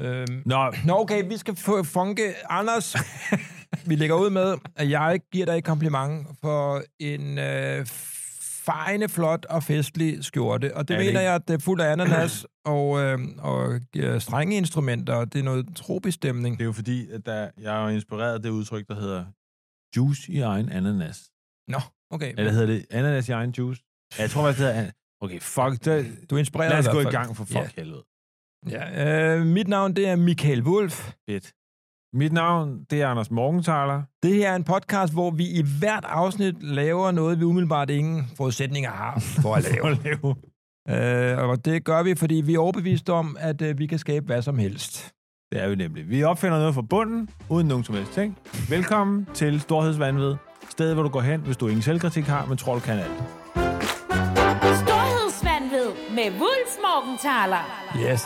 Øhm, Nå, Nå, okay, vi skal få funke. Anders, vi lægger ud med, at jeg giver dig et kompliment for en øh, fejende, flot og festlig skjorte. Og det Er det mener ikke? jeg, at det er fuld af ananas og, øh, og øh, strenge instrumenter. og Det er noget tropisk stemning. det er jo fordi, at der, jeg er jo inspireret af det udtryk, der hedder juice i egen ananas. Nå, okay. Eller hedder det ananas i egen juice? Ja, jeg tror faktisk, det hedder... an- Okay, fuck det. Du inspirerer Lad os i gå hvert i fald. gang for fuck yeah. helvede. Ja. Ja, øh, mit navn, det er Michael Wolf. Fedt. Mit navn, det er Anders Morgenthaler. Det her er en podcast, hvor vi i hvert afsnit laver noget, vi umiddelbart ingen forudsætninger har for at lave. Leo. Øh, og det gør vi, fordi vi er overbevist om, at øh, vi kan skabe hvad som helst. Det er vi nemlig. Vi opfinder noget fra bunden, uden nogen som helst ting. Velkommen til Storhedsvandved. Stedet, hvor du går hen, hvis du ingen selvkritik har, men trold kan alt. Storhedsvandved med Wulf Morgenthaler. Yes.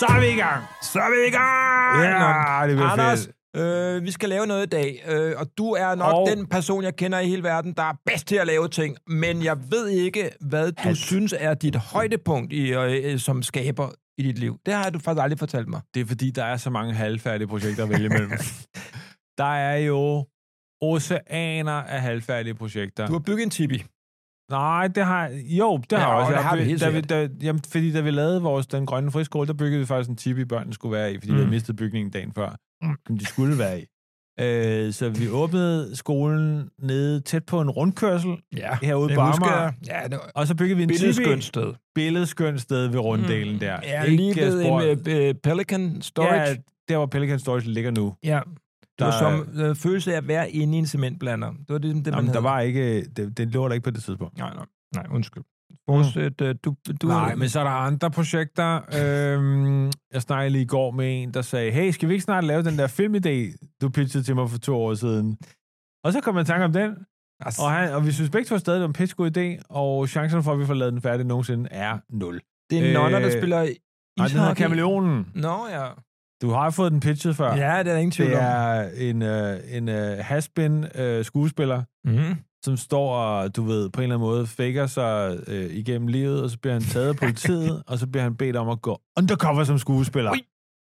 Så er vi i gang! Så er vi i gang! Ja, Ah, det bliver Anders, fedt. øh, vi skal lave noget i dag, øh, og du er nok Og- og... den person, jeg kender i hele verden, der er bedst til at lave ting, men jeg ved ikke, hvad du Alt. synes er dit højdepunkt, i, øh, øh, som skaber i dit liv. Det har du faktisk aldrig fortalt mig. Det er fordi, der er så mange halvfærdige projekter at vælge mellem. der er jo oceaner af halvfærdige projekter. Du har bygget en tipi. Nej, det har Jo, det har Ja, jeg også. det Jeg har vi helt da, vi, da, jamen, fordi da vi lavede vores, den grønne friskole, der byggede vi faktisk en tipi, børnene skulle være i, fordi mm. vi Mm. havde mistet bygningen dagen før, mm. som de skulle være i. Øh, så vi åbnede skolen nede tæt på en rundkørsel Ja, herude det på husker Amager, jeg. Ja, det var og så byggede vi en tipi. billedskønt sted. Billedskønt sted ved runddelen mm. der. Ja, lige ved spor- en øh, øh, Pelican Storage. Ja, der hvor Pelican Storage ligger nu. Ja. Det Der var er- som øh, følelse af at være inde i en cementblander. Det var ligesom det, det man Jamen, der havde. var ikke, det, det lå der ikke på det tidspunkt. Nej, nej, nej, undskyld. Fortsæt, øh, du, du... Mm. Nej, men så er der andre projekter. Øhm, jeg snakkede lige i går med en, der sagde, hey, skal vi ikke snart lave den der filmidé, du pitchede til mig for to år siden? Og så kom jeg i tanke om den, Altså, og, han, og vi synes begge to stadig, det var en pisse god idé, og chancen for, at vi får lavet den færdig nogensinde, er nul. det er nonner, der øh, spiller Nej, den hedder ishockey. Kameleonen. Nå, ja. Du har fået den pitchet før. Ja, det er der ingen tvivl Det om. er en, øh, en øh, haspin øh, skuespiller, Mm-hmm. som står og, du ved, på en eller anden måde faker sig øh, igennem livet, og så bliver han taget af politiet, og så bliver han bedt om at gå undercover som skuespiller. Ui.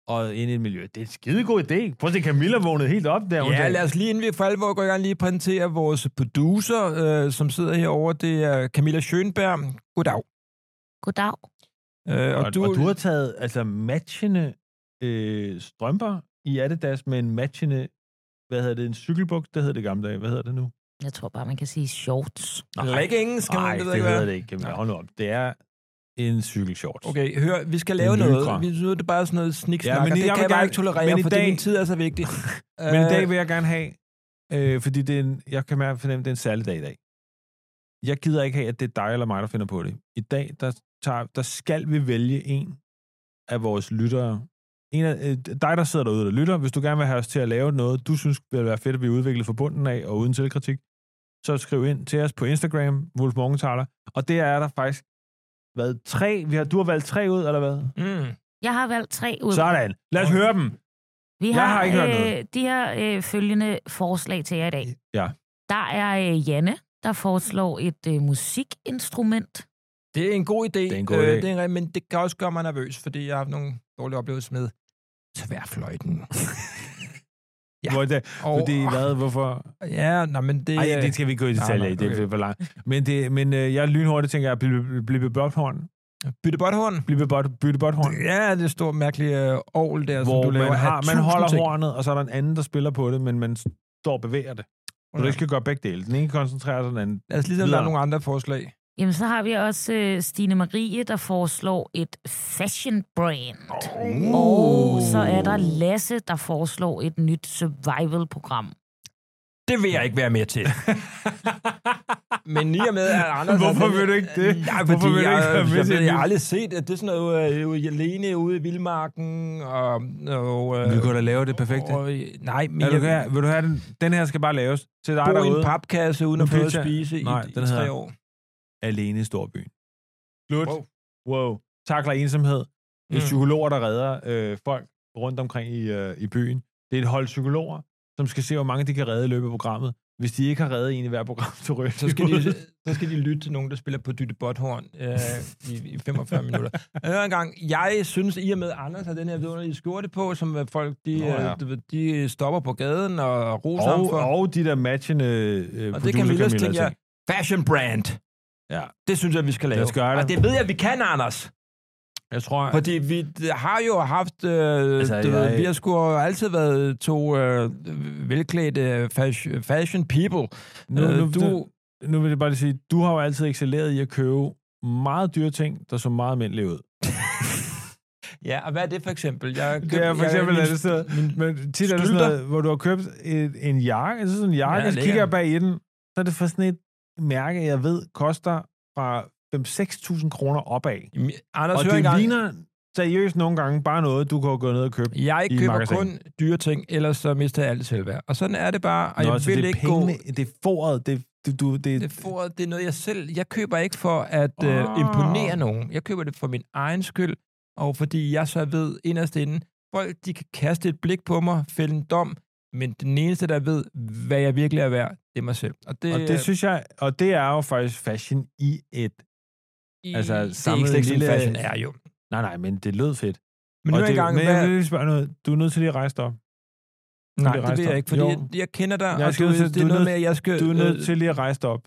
Og ind i et miljø. Det er en skidegod idé. Prøv at se, Camilla vågnede helt op der. Ja, lad os lige inden vi for alvor går i gang lige præsentere vores producer, øh, som sidder herovre. Det er Camilla Schönberg. Goddag. Goddag. Øh, og, du, og du har taget altså, matchende øh, strømper i Adidas med en matchende, hvad hedder det, en cykelbuk, det hedder det i gamle dage. Hvad hedder det nu? Jeg tror bare, man kan sige shorts. Leggings, kan man- nej, det ved det jeg ikke, hedder hvad det ikke. Camilla. Hold nu op. Det er en cykelshorts. Okay, hør, vi skal Det er lave lykra. noget. Vi, nu er det bare sådan noget sniksnak, ja, Ja, men men og i- det jeg kan vil jeg bare gerne- ikke tolerere, men i fordi dag- min tid er så vigtig. Men i Øh, dag vil jeg gerne have, øh, fordi det er en, jeg kan mærke, fornemme, det er en særlig dag i dag. Jeg gider ikke have, at det er dig eller mig, der finder på det. I dag, der, tager, der skal vi vælge en af vores lyttere. En af, øh, dig, der sidder derude og lytter, hvis du gerne vil have os til at lave noget, du synes vil være fedt at blive udviklet fra bunden af og uden selvkritik, så skriv ind til os på Instagram, Wolf Morgenthaler. Og det er der faktisk været tre. Vi har, du har valgt tre ud, eller hvad? Mm. Jeg har valgt tre ud. Sådan. Lad os høre dem. Vi jeg har, har ikke hørt noget. øh, de her øh, følgende forslag til jer i dag. Ja. Der er øh, Janne, der foreslår et øh, musikinstrument. Det er en god idé, det er en god idé. det er en, rigtig- men det kan også gøre mig nervøs, fordi jeg har haft nogle dårlige oplevelser med tværfløjten. Ja. Hvor det, Og, fordi, hvad, hvorfor? Ja, nej, men det... øh, Ej, ja, det skal vi ikke gå i Nej, detaljer i, nej, det okay. bliver for langt. Men, det, men øh, jeg lynhurtigt tænker, at blive, blive blåthorn, Bytte botthorn. blive bot, bytte botthorn, Ja, det er stort mærkeligt øh, ovl der, hvor som du laver. man, af har, man tusind holder ting. hornet, og så er der en anden, der spiller på det, men man står og bevæger det. Så du Ja. ikke skal gøre begge dele. Den ene koncentrerer sig, den anden. Lad os lige se, om der er nogle andre forslag. Jamen, så har vi også øh, Stine Marie, der foreslår et fashion brand. Uh. Oh. Og så er der Lasse, der foreslår et nyt survival-program. Det vil jeg ikke være med til. Men i og med, at Anders... Hvorfor har- vil du ikke det? Nej, fordi Hvorfor vil du jeg, ikke være med jeg, til ved, det? jeg har aldrig set, at det er sådan noget øh, øh, alene ude i vildmarken, og... og øh, da lave det Og, øh, nej, men Er du, jeg her, vil du have den? Den her skal bare laves til dig bo i en derude. papkasse uden Nu at få noget pitcher at jeg. spise Nej, i, i den tre hedder- år. Alene i storbyen. Slut. Wow. Wow. wow. Takler ensomhed. Det er Mm. psykologer, der redder øh, folk rundt omkring i, øh, i byen. Det er et hold psykologer, som skal se, hvor mange de kan redde i løbet af programmet. Hvis de ikke har reddet en i hver program til rødt, Så skal, de, så skal de lytte til nogen, der spiller på Dytte Botthorn øh, i, i 45 minutter. Jeg hører engang, jeg synes, i og med Anders har den her vidunderlige skjorte på, som øh, folk de, Nå Nå, ja. ja. de, de stopper på gaden og roser ham og, for. og de der matchende øh, og det kan vi producer lyst til, Camilla altså. ja. Fashion brand. Ja. Det synes jeg, vi skal lave. Lad os gøre det. Og det ved jeg, vi kan, Anders. Jeg tror, at Fordi vi har jo haft... Øh, Altså, altså, du jeg- ved, vi har sgu altid været to øh, velklædte fashion, fashion people. nu, Øh, nu, du- du, nu vil jeg bare lige sige, du har jo altid excelleret i at købe meget dyre ting, der så meget almindelige ud. Ja, og hvad er det for eksempel? Jeg, Det er for eksempel, jeg, at det sidder, men tit er det sådan stylter. noget, hvor du har købt et, en jakke, altså sådan en jakke, Ja, ja, så kigger lækker. jeg bag i den, så er det for sådan et mærke, jeg ved, koster fra 5-6.000 kroner opad. Jamen, Anders, Og hør det engang. ligner seriøst nogle gange bare noget, du kan gå ned og købe. Jeg i køber magasin. kun dyre ting, ellers så mister jeg alt selvværd. Og sådan er det bare, og Nå, jeg så vil det er ikke gå... pengene, det er foråret, det, du, du, det, Det, er foret, det er noget, jeg selv... Jeg køber ikke for at Ah. øh, imponere nogen. Jeg køber det for min egen skyld, og fordi jeg så ved inderst inden, folk de kan kaste et blik på mig, fælde en dom, men den eneste, der ved, hvad jeg virkelig er værd, det er mig selv. Og det, og det synes jeg, og det er jo faktisk fashion i et... i, altså, det er samlet ikke slet ikke sådan, en lille- fashion er jo. Nej, nej, men det lød fedt. Men og nu er det, jeg i gang men med... jeg vil lige spørge noget. Du er nødt til lige at rejse dig op. Nej, vil det rejse vil dig. jeg ikke, fordi Jo. jeg, jeg kender dig, Jeg og skal du, ud det til- du er er noget nødt- med, at jeg skal... Du er nødt øh, til lige at rejse dig op.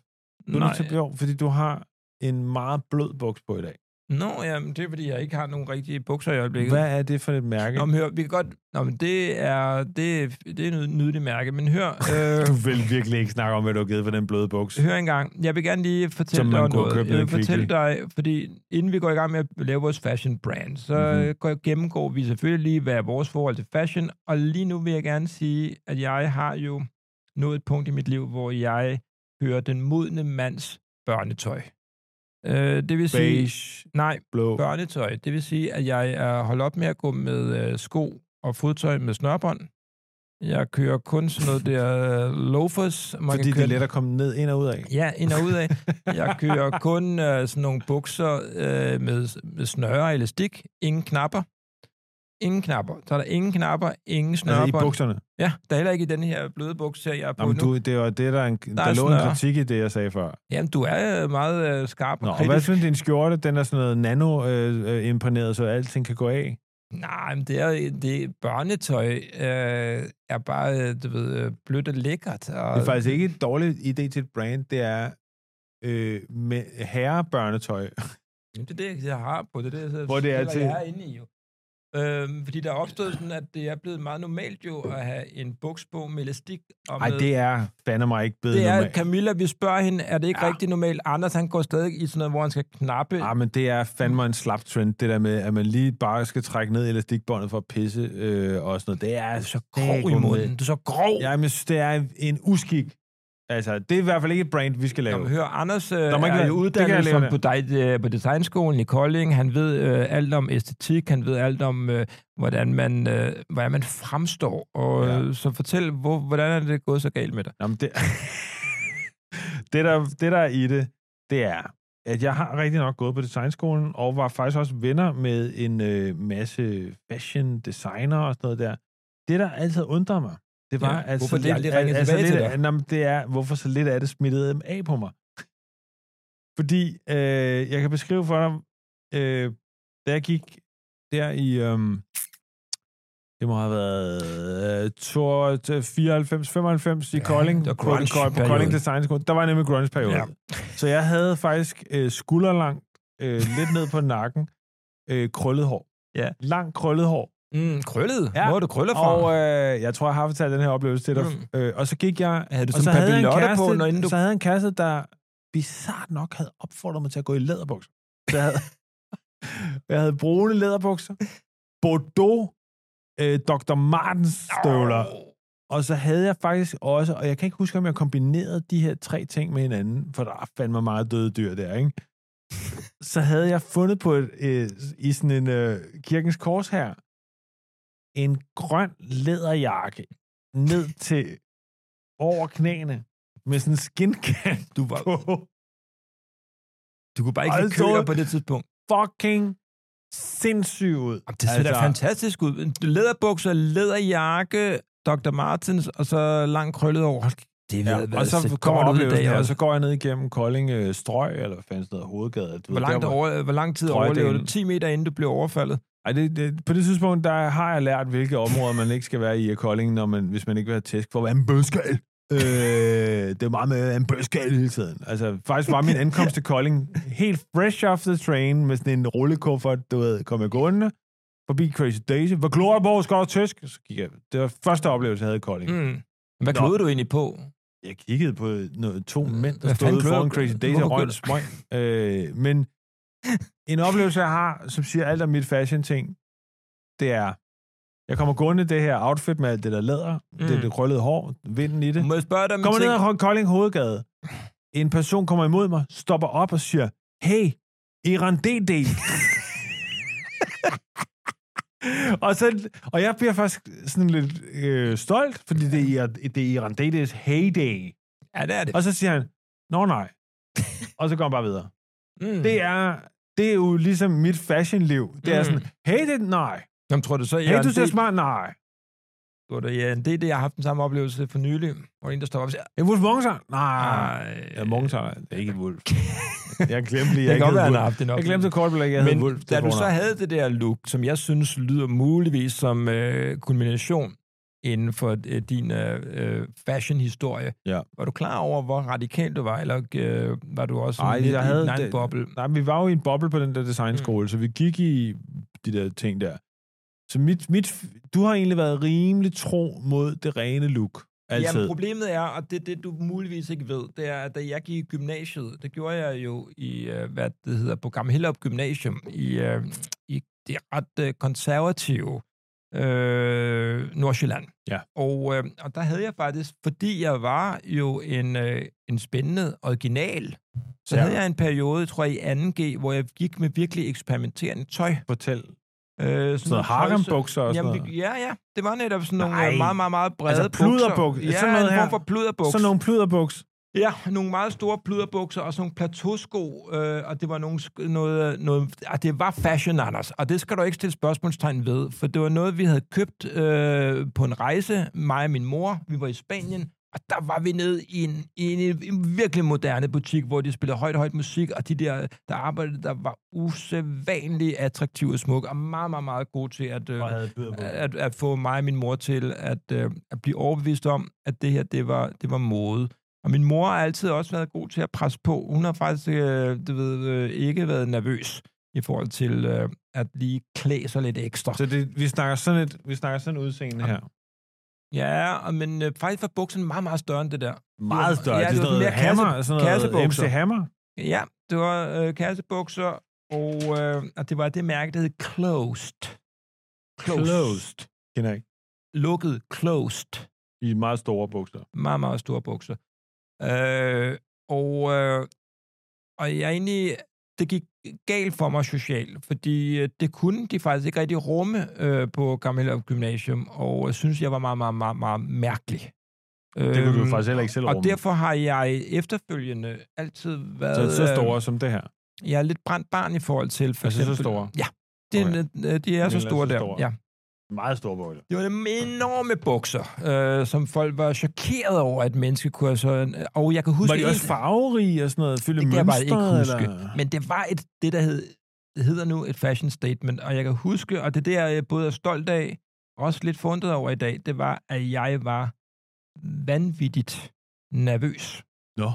Du er nej. nødt til, jo, fordi du har en meget blød buks på i dag. Nå, jamen, det er, fordi jeg ikke har nogen rigtige bukser i øjeblikket. Hvad er det for et mærke? Nå, men hør, vi kan godt... Nå, men det er, det, det er noget nydeligt mærke, men hør, øh, Du vil virkelig ikke snakke om, hvad du har givet for den bløde buks. hør engang. Jeg vil gerne lige Som fortælle man dig kunne have noget. købt Jeg nede vil i Kvickly. fortælle dig, fordi inden vi går i gang med at lave vores fashion brand, så Mhm. mm-hmm. går, gennemgår vi selvfølgelig lige, hvad er vores forhold til fashion, og lige nu vil jeg gerne sige, at jeg har jo nået et punkt i mit liv, hvor jeg hører den modne mands børnetøj. Øh, det vil sige... Beige, Nej, blå. børnetøj. Det vil sige, at jeg er holdt op med at gå med øh, sko og fodtøj med snørbånd. Jeg kører kun sådan noget der øh, loafers. Man Fordi kan det køre, er let at komme ned ind og ud af. Ja, ind og ud af. Jeg kører kun øh, sådan nogle bukser øh, med, med snøre og elastik. Ingen knapper. Ingen knapper. Så er der ingen knapper, ingen Altså i snørbånd. bukserne. ja, der er heller ikke i den her bløde bukse, her, jeg er på Nå, men nu. du, det var det, der, er en, der, er lå en snøre. kritik i det, jeg sagde før. Jamen, du er øh, meget øh, skarp og Nå, og kritisk. hvad synes du, din skjorte, den er sådan noget nano-imprægneret, så alting kan gå af? Nej, men det er det børnetøj øh, er bare øh, du ved øh, blødt og lækkert. Og, Det er faktisk ikke en dårlig idé til et brand, det er øh, med herrebørnetøj. Jamen, det er det jeg har på. Det er det jeg, sidder- Hvor det er til- jeg er inde i jo. Øhm, fordi der er opstået sådan, at det er blevet meget normalt jo at have en buks på med elastik. Og Nej, med, det er fandme mig ikke blevet det er normalt. Camilla, vi spørger hende, er det ikke Ja. ja. rigtig normalt? Anders, han går stadig i sådan noget, hvor han skal knappe. Ah, men det er fandme en slap trend, det der med, at man lige bare skal trække ned i elastikbåndet for at pisse øh, og sådan noget. Det er du er så det er grov ikke i munden. Du er så grov. Ja, men det er en uskik. Altså, det er i hvert fald ikke et brand, vi skal lave. Jamen, hør, Anders øh, må ikke er være- jo det kan jeg uddannet som lære på, dig, øh, på designskolen i Kolding. Han ved øh, alt om æstetik, han ved alt om, øh, hvordan, man, øh, hvordan man fremstår. Og, Ja. ja. Så fortæl, hvor, hvordan er det gået så galt med dig? Jamen, det... det, der, det, der er i det, det er, at jeg har rigtig nok gået på designskolen, og var faktisk også venner med en øh, masse fashion designer og sådan noget der. Det, der altid undrer mig, det var, Ja, at hvorfor så de aldrig ringede tilbage lidt, til dig? jamen, det er, hvorfor så lidt af det smittede dem af på mig. Fordi øh, jeg kan beskrive for dig, øh, da jeg gik der i, øhm, det må have været øh, 94-95 i Ja, Kolding, det var på- på- på grunge-perioden. Kolding Design School. Der var nemlig grunge-periode. Ja. Så jeg havde faktisk øh, skulderlangt, øh, lidt ned på nakken, øh, krøllet hår. Ja. Langt krøllet hår. Mm, krøllet? Ja. Ja. Hvor er du krøller fra? Og øh, jeg tror, jeg har fortalt den her oplevelse til dig. Mm. Mm. Øh, og så gik jeg... Havde du og så sådan en havde jeg en papillotte kæreste, på, når inden du- Så havde jeg en kæreste, der bizart nok havde opfordret mig til at gå i læderbukser. Så jeg havde, jeg havde brune læderbukser, Bordeaux, øh, Dr. Martens støvler, og så havde jeg faktisk også, og jeg kan ikke huske, om jeg kombinerede de her tre ting med hinanden, for der er fandme meget døde dyr der, ikke? Så havde jeg fundet på et, øh, i sådan en øh, kirkens kors her, en grøn læderjakke ned til over knæene med sådan en skincan Du, var, på. du kunne bare ikke Og lide så- køler på det tidspunkt. Fucking sindssyg ud. Jamen, det ser altså, da fantastisk ud. Læderbukser, læderjakke, Dr. Martens og så langt krøllet over. Hold det er Ja, ved, og så kommer oplevelsen, her, og så går jeg ned igennem Kolding øh, Strøg, eller hvad fanden hedder Hovedgade. Du Hvor, ved, langt der, over, hvor lang tid Tror jeg, overlevede det er du? 10 meter inden du blev overfaldet? Ej, det, det, på det tidspunkt, der har jeg lært, hvilke områder man ikke skal være i i Kolding, når man, hvis man ikke vil have tæsk for at være en bødskal. Øh, det er meget med at være en bødskal hele tiden. Altså, faktisk var min ankomst til Kolding helt fresh off the train med sådan en rullekuffert, du ved, kom jeg gående forbi Crazy Daisy. Hvor Glorborg skal du tæsk? Så gik jeg. Det var første oplevelse, jeg havde i Kolding. Mm. Mm. Hvad Nå. klodede du egentlig på? Jeg kiggede på noget, to mænd, der Hvad stod fanden ude foran klør- Crazy Daisy og hvorfor røg en smøg. Øh, men en oplevelse, jeg har, som siger alt om mit fashion-ting, det er, jeg kommer gående i det her outfit med alt det der læder, mm. det, det krøllede hår, vinden i det. Må jeg spørge dig om en Kommer ting? ned ad Kolding Hovedgade. En person kommer imod mig, stopper op og siger, hey, Iran DD. og, så, og jeg bliver faktisk sådan lidt øh, stolt, fordi det er, det er Iran DD's heyday. Ja, det er det. Og så siger han, nå nej. og så går han bare videre. Mm. Det er, det er jo ligesom mit fashionliv. Det er Mm. sådan, hey, det nej. Jamen, tror du så, Hey, Jørgen, du ser det, smart, nej. tror du, Jørgen, det er det, jeg har haft den samme oplevelse for nylig, hvor en, der står op og siger, En Wolf Morgenthaler? Nej. "Ej, Ja, Morgenthaler. Det er ikke en Wolf. jeg glemte lige, det jeg kan ikke godt være, hed han har Wolf. haft den Jeg oplevelse. glemte kort, at jeg hed Men Wolf. da du så havde det der look, som jeg synes lyder muligvis som øh, kulmination inden for øh, din øh, fashion-historie, Ja. var du klar over, hvor radikal du var, eller øh, var du også Ej, sådan lidt jeg havde i den det- egen boble? Nej, vi var jo i en boble på den der designskole, mm. så vi gik i de der ting der. Så mit, mit, du har egentlig været rimelig tro mod det rene look. Altid. Jamen, problemet er, og det er det, du muligvis ikke ved, det er, at da jeg gik i gymnasiet, det gjorde jeg jo i, øh, hvad det hedder, på Gammel Hellerup Gymnasium, i, øh, i det ret øh, konservative øh, Nordsjælland. Ja. Og, øh, og der havde jeg faktisk, fordi jeg var jo en, øh, en spændende original, så Ja. ja. havde jeg en periode, tror jeg, i 2G, hvor jeg gik med virkelig eksperimenterende tøj. Fortæl. Øh, sådan Sådan noget harembukser og sådan Jamen, noget. vi- ja, ja. Det var netop sådan nogle Nej. øh, meget, meget, meget brede Altså, pluderbuk- bukser. Ja, sådan noget en her. form for pluderbuks. Sådan nogle pluderbuks. Ja, nogle meget store pluderbukser og sådan nogle plateausko, øh, og det var nogle, sk- noget, noget, ah, det var fashion, Anders, og det skal du ikke stille spørgsmålstegn ved, for det var noget, vi havde købt øh, på en rejse, mig og min mor, vi var i Spanien, og der var vi nede i en, i en, en virkelig moderne butik, hvor de spillede højt, højt musik, og de der, der arbejdede, der var usædvanligt attraktive og smukke, og meget, meget, meget gode til at... Øh, at, at få mig og min mor til at, øh, at blive overbevist om, at det her, det var, det var mode. Og min mor har altid også været god til at presse på. Hun har faktisk øh, du ved, øh, ikke været nervøs i forhold til øh, at lige klæde sig lidt ekstra. Så det, vi snakker sådan et, vi snakker sådan et udseende her. Ja, og- men øh, faktisk var buksen meget, meget større end det der. Meget større. Ja, det er det var sådan noget mere kasse- hammer, sådan noget MC kassebukser. Hammer. Ja, det var øh, kassebukser, og, øh, og det var det mærke, der hed Closed. Closed. Kender jeg ikke. Lukket, closed. I meget store bukser. meget, meget store bukser. Øh, og, øh, og jeg egentlig, det gik galt for mig socialt, fordi øh, det kunne de faktisk ikke rigtig rumme øh, på Gammel Hellerup Gymnasium, og jeg synes, jeg var meget, meget, meget, meget mærkelig. Det kunne du Øhm, faktisk heller ikke selv Og rumme. derfor har jeg efterfølgende altid været... Så, så øh, store som det her. Jeg er lidt brændt barn i forhold til... For Altså, så eksempel- store? Ja, det, okay. de er så Lille er store så der. store. Ja. Meget store bukser. Det var nogle enorme bukser, øh, som folk var chokeret over, at mennesker kunne have sådan... øh, Og jeg kan huske... Var de en- også farverige og sådan noget? Fylde Det kan jeg bare ikke mønstre, huske. Eller? Men det var et, det, der hed, det hedder nu et fashion statement, og jeg kan huske, og det der, jeg både er stolt af, og også lidt forundret over i dag, det var, at jeg var vanvittigt nervøs. Nå.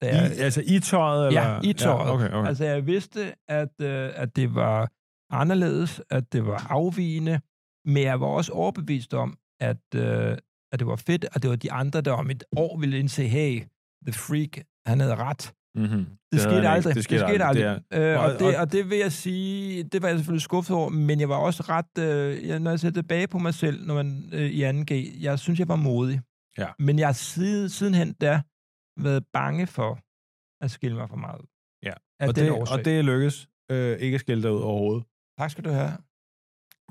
Da jeg, I, altså i tøjet? Eller? i tøjet. Ja, okay, okay. Altså, jeg vidste, at, øh, at det var anderledes, at det var afvigende, men jeg var også overbevist om, at, øh, at det var fedt, og det var de andre, der om et år ville indse, hey, the freak, han havde ret. mm-hmm. Det skete aldrig. Det skete aldrig. Det Øh, og, Og- det, og- og det vil jeg sige, det var jeg selvfølgelig skuffet over, men jeg var også ret, øh, jeg- når jeg ser tilbage på mig selv, når man øh, i 2G, jeg synes, jeg var modig. Ja. Men jeg har siden, sidenhen da været bange for at skille mig for meget. ud. Ja. Af og, den det, årsag. og det er lykkes. Øh, ikke at skille dig ud overhovedet. Tak skal du have.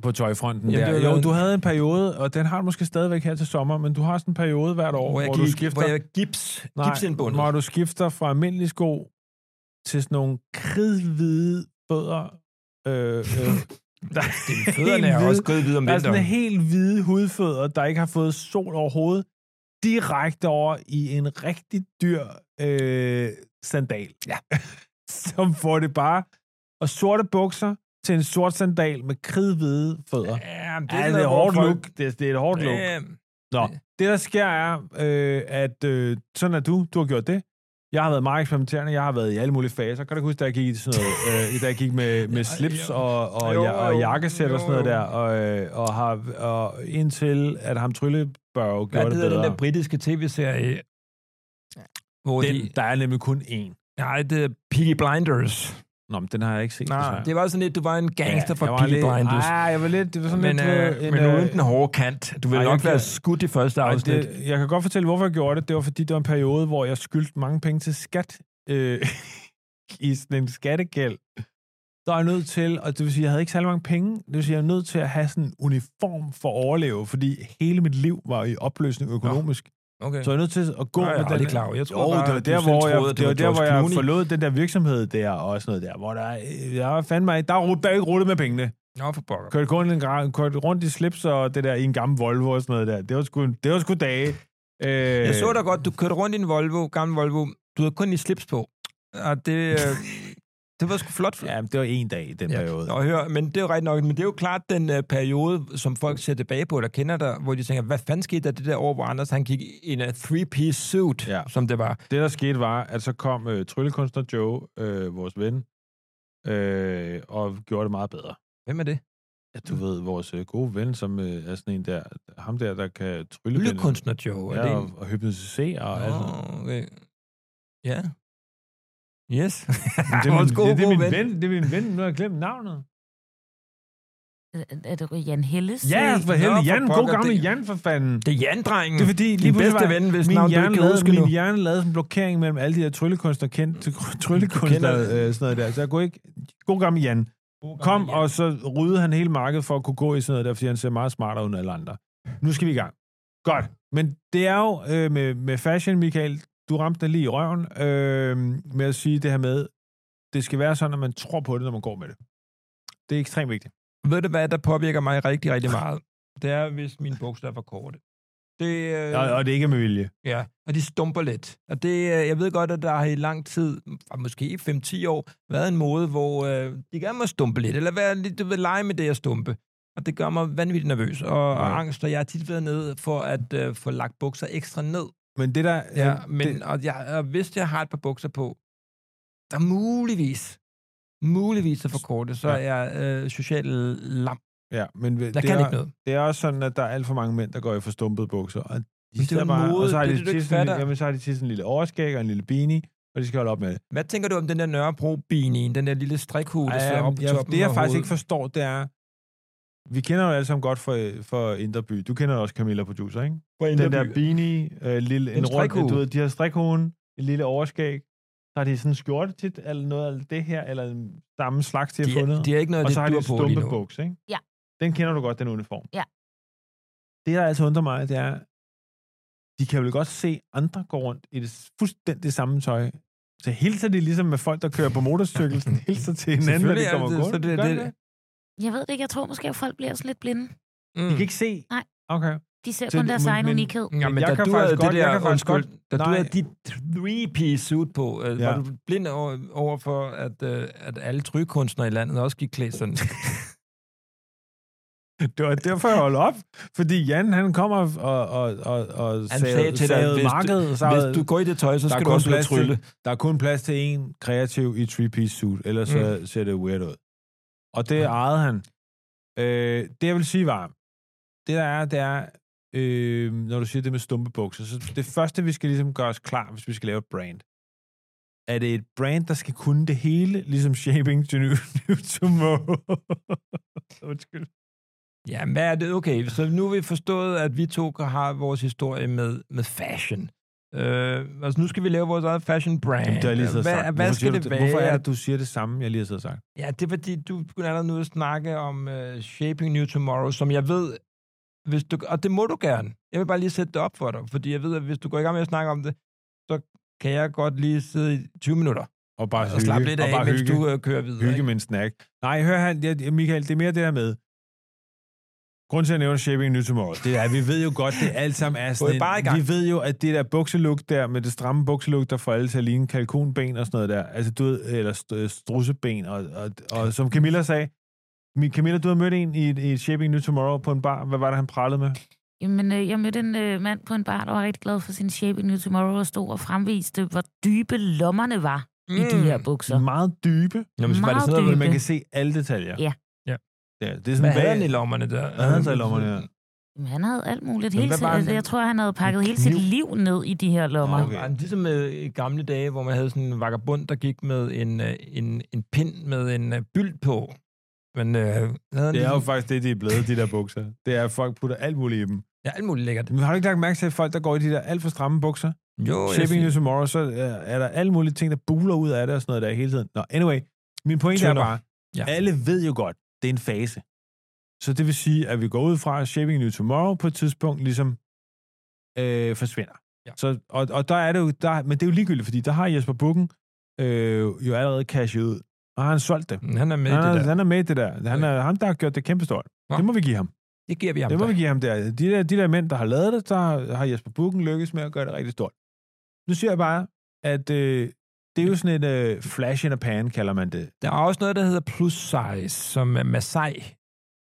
På tøjfronten Jamen, Jamen, det der. var Jo, noget- du havde en periode, og den har du måske stadigvæk her til sommer, men du har sådan en periode hvert år, hvor, jeg hvor gik- du skifter... Hvor jeg gips, gipsindbundet. hvor du skifter fra almindelige sko til sådan nogle kridhvide fødder. Øh, øh, der er Fødderne er Altså, hvide. også gået videre om Der er sådan vinteren. helt hvide hudfødder, der ikke har fået sol overhovedet. direkte over i en rigtig dyr øh, sandal. Ja. Som får det bare... Og sorte bukser til en sort sandal med kridhvide fødder. Ja, men Ja, sådan det er et noget, hvor hårdt folk- look. Det er, det er et hårdt look. Øhm, Nå, det der sker er, øh, at øh, sådan er du. Du har gjort det. Jeg har været meget eksperimenterende. Jeg har været i alle mulige faser. Kan du ikke huske, da jeg gik, i sådan noget, øh, da jeg gik med, med slips jo. og, og, Jo, jo, og jo. jakkesæt og sådan noget Jo, jo. der, og, øh, og, har, og indtil, at ham Tryllebørg Hvad gjorde det hedder den bedre. der britiske tv-serie? Hvor Den, de, der er nemlig kun én. nej, det er Peaky Blinders. Nå, men den har jeg ikke set. Nej, desværre. det var sådan lidt, du var en gangster ja, fra jeg var Peaky lidt- Blinders. Ej, jeg var lidt... Det var sådan men, lidt... øh, øh, en, men øh, uden den hårde kant. Du vil ej, nok jeg være kan- skudt i første Ej, afsnit. det, jeg kan godt fortælle, hvorfor jeg gjorde det. Det var, fordi det var en periode, hvor jeg skyldte mange penge til skat øh, i sådan en skattegæld. Der var jeg nødt til, og det vil sige, jeg havde ikke særlig mange penge, det vil sige, jeg var nødt til at have sådan en uniform for at overleve, fordi hele mit liv var i opløsning økonomisk. Ja. okay. Så jeg var nødt til at gå Nå, jeg er med den... aldrig klar over. Jeg tror jo, bare, det var du der, selv hvor jeg, troede, at det det var var der, hvor George jeg Clooney. forlod den der virksomhed der og sådan noget der, hvor der, øh, jeg var fandme, der er ro- der er ikke rulle med pengene. Nå, for pokker. Kørte, kun en, gra- kørte rundt i slips og det der i en gammel Volvo og sådan noget der. Det var sgu, det var sgu dage. Øh, Jeg så dig godt, du kørte rundt i en Volvo, gammel Volvo. Du havde kun lige slips på. Og det, øh, det var sgu flot. Ja, men det var en dag i den ja. periode. Nå, hør, men det er jo rigtigt nok, men det er jo klart den øh, periode, som folk ser tilbage på, der kender dig, hvor de tænker, hvad fanden skete der det der år, hvor Anders han gik i en uh, three-piece suit, Ja. ja. som det var. Det, der skete, var, at så kom øh, tryllekunstner Joe, øh, vores ven, øh, og gjorde det meget bedre. Hvem er det? Ja, du ved, vores øh, gode ven, som øh, er sådan en der, ham der, der kan trylle. Lydkunstner Joe. Er Ja, det og, en? og hypnotisere og alt sådan noget. Nå, okay. Ja. Yes. Men Det er, Vores min, gode, det, det er gode min ven. ven. Det er min ven. Nu har jeg glemt navnet. Er det Jan Helles? Ja, øh, for Nå, helvede. for Jan, god pokker, gammel det- Jan, for fanden. Det er Jan-drengen. Det er fordi, lige Din pludselig Mm. bedste var- ven, hvis min navn du hjerne ikke kan lavede, huske min nu. hjerne lavede sådan en blokering mellem alle de der tryllekunstnere kendte, tryllekunstnere, Du kender- øh, sådan noget der. Så jeg kunne ikke... God gammel Jan. Kom, og så ryddede han hele markedet for at kunne gå i sådan noget der, fordi han ser meget smartere ud end alle andre. Nu skal vi i gang. Godt. Men det er jo øh, med, med fashion, Michael, du ramte den lige i røven øh, med at sige det her med, det skal være sådan, at man tror på det, når man går med det. Det er ekstremt vigtigt. Ved du hvad, der påvirker mig rigtig, rigtig meget? Det er, hvis mine bukser er for korte. Det, øh, Og, og det ikke er med vilje. Ja, og de stumper lidt. Og det, øh, jeg ved godt, at der har i lang tid, og måske 5-10 år, været en måde, hvor øh, de gerne må stumpe lidt, eller være lidt, du ved, lege med det at stumpe. Og det gør mig vanvittigt nervøs og, og Ja. angst, og jeg har tit været nede for at øh, få lagt bukser ekstra ned. Men det der... Ja, øh, men det, og jeg, og hvis jeg har et par bukser på, der muligvis, muligvis er for korte, så Ja. er jeg øh, socialt lam. ja, men ved- Jeg det kan er, ikke noget. det er også sådan, at der er alt for mange mænd, der går i forstumpede bukser. Og de det er sidder jo bare, mode, og så har det er de, det, du tit ikke sådan, en lille- fatter. jamen, så har de tit sådan en lille overskæg og en lille beanie, og de skal holde op med det. Hvad tænker du om den der Nørrebro-binien, den der lille strikhue, der sidder Ej, oppe på jeg, toppen det, jeg af faktisk hovedet? ikke forstår, det er, vi kender jo alle sammen godt for, for Indre By. Du kender jo også Camilla Producer, ikke? Den der beanie, øh, lille, en, En en strikhue. rund, du ved, de har strikhoven, en lille overskæg, så har de sådan en skjorte tit, eller noget af det her, eller en samme slags, de har de, fundet. er- de er ikke noget af og det, så har du de har på lige stumpe nu. buks, ikke? Ja. Den kender du godt, den uniform. Ja. Det, der altså undrer mig, det er, de kan vel godt se andre gå rundt i det s- fuldstændig samme tøj. Så hilser de ligesom med folk, der kører på motorcykel, sådan hilser til hinanden, når Selvfølgelig de er kommer det- rundt. så det- Gør det- de det? Jeg ved det ikke. Jeg tror måske, at folk bliver sådan lidt blinde. Mm. De kan ikke se. Nej. Okay. De ser Så kun det- deres men- egen men- unikhed. Ja, men Jeg da kan du faktisk havde godt- det jeg kan der, faktisk undskyld, da du nej. havde dit three-piece suit på, øh, Ja. var du blind over, over for, at, øh, at alle trykkunstnere i landet også gik klædt sådan. Det var derfor, jeg holdt op. Fordi Jan, han kommer og, og, og, og Han sagde til dig, hvis du- markedet. Så, Hvis du går i det tøj, så der er skal du kun også lade plads til- trylle. Der er kun plads til en kreativ i 3-piece suit, ellers mm. så ser det weird ud. Og det Ja. ejede han. Øh, det, jeg vil sige, var, det der er, det er, øh, når du siger det med stumpebukser, så det første, vi skal ligesom gøre os klar, hvis vi skal lave et brand, er det et brand, der skal kunne det hele, ligesom Shaping to New, new Tomorrow. Undskyld. Ja, hvad er det? Okay, så nu har vi forstået, at vi to har vores historie med, med fashion. Øh, altså, nu skal vi lave vores eget fashion brand. Jamen, det har jeg lige siddet og hvad, sagt. hvad Hvorfor skal siger det du, være? Hvorfor er det, du siger det samme, jeg lige har siddet og sagt? Ja, det er fordi, du begynder allerede nu at snakke om uh, Shaping New Tomorrow, som jeg ved, hvis du, og det må du gerne. Jeg vil bare lige sætte det op for dig, fordi jeg ved, at hvis du går i gang med at snakke om det, så kan jeg godt lige sidde i 20 minutter Og bare og slappe lidt og af, bare mens hygge. du uh, kører videre. Hygge ikke? med en snack. Nej, hør her, ja, Michael, det er mere det her med, Grunden til, at jeg nævner Shaping New Tomorrow, det er, at vi ved jo godt, det alt sammen er Gå sådan i en- bare i gang. Vi ved jo, at det der bukseluk der, med det stramme bukseluk, der får alle til at ligne kalkunben og sådan noget der, altså du ved, eller st- øh, strusseben, og, og, og som Camilla sagde, Mi- Camilla, du har mødt en i, et- i et Shaping New Tomorrow på en bar. Hvad var det, han prallede med? Jamen, øh, jeg mødte en øh, mand på en bar, der var rigtig glad for sin Shaping New Tomorrow, og stod og fremviste, hvor dybe lommerne var mm. i de her Så. bukser. Meget dybe, Jamen, så var det Meget sådan men noget, dybe. man kan se alle detaljer. Ja. Ja. ja det er sådan, hvad havde han i lommerne der? Hvad havde han så i lommerne der? Jamen, han havde alt muligt. Men Hele hvad sit, var han- altså, jeg tror, han havde pakket hele Kniv? sit liv ned i de her lommer. Nå, Okay. okay. Okay. Ligesom øh, i gamle dage, hvor man havde sådan en vagabund, der gik med en, øh, en, en pind med en øh, byld på. Men øh, havde han Det er jo ligesom, faktisk det, de er blevet, de der bukser. Det er, at folk putter alt muligt i dem. ja, alt muligt lækkert. Men har du ikke lagt mærke til, at folk, der går i de der alt for stramme bukser, Jo, jeg Shaping New siger- Tomorrow, så er, er der alle mulige ting, der buler ud af det og sådan noget der hele tiden. Nå, anyway, min pointe Tønder. Tynder. er bare, Ja. ja. alle ved jo godt, det er en fase. Så det vil sige, at vi går ud fra, at Shaping New Tomorrow på et tidspunkt ligesom øh, forsvinder. Ja. Ja. Så, og, og der er det jo, der, men det er jo ligegyldigt, fordi der har Jesper Bukken øh, jo allerede cashet ud, og har han solgt det. Mm, han er med i han, det er, der. han er med i det der. Han er ham, der har gjort det kæmpestort. Nå. Det må vi give ham. Det giver vi ham. Det må da. vi give ham der. De der, de der mænd, der har lavet det, der har- har Jesper Bukken lykkes med at gøre det rigtig stort. Nu siger jeg bare, at øh, det er jo sådan et øh, flash in a pan, kalder man det. Der er også noget, der hedder plus size, som er Masai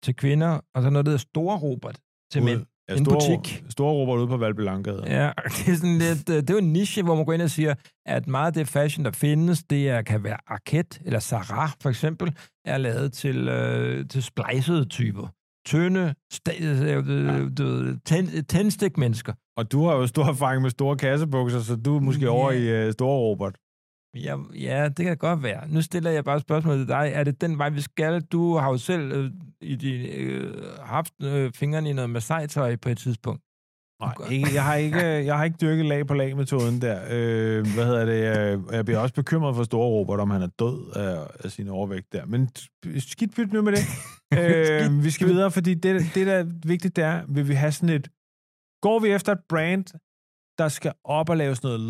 til kvinder, og så noget, der hedder Store Robert til mænd. ja, En store, butik. Store Robert ude på Valbelankade. Ja. Ja, det er sådan lidt, øh, det er jo en niche, hvor man går ind og siger, at meget af det fashion, der findes, det er, kan være Arket eller Sarah for eksempel, er lavet til, øh, til splicede typer. Tynde, sta- øh, øh, du ved, tænd- tændstik mennesker. Og du har jo stor erfaring med store kassebukser, så du er måske Ja. over i øh, Store Robert. Ja, ja, det kan godt være. Nu stiller jeg bare spørgsmålet til dig. Er det den vej, vi skal? Du har jo selv øh, i din, øh, haft øh, fingrene i noget masai-tøj på et tidspunkt. Nej, Okay. ikke, jeg, har ikke, jeg har ikke dyrket lag på lag-metoden der. Øh, hvad hedder det? Øh, Jeg bliver også bekymret for Store Robert, om han er død af, af sin overvægt der. Men skidt pyt nu med det. øh, vi skal videre, fordi det, det, der er vigtigt, det er, vil vi have sådan et... Går vi efter et brand, der skal op og lave sådan noget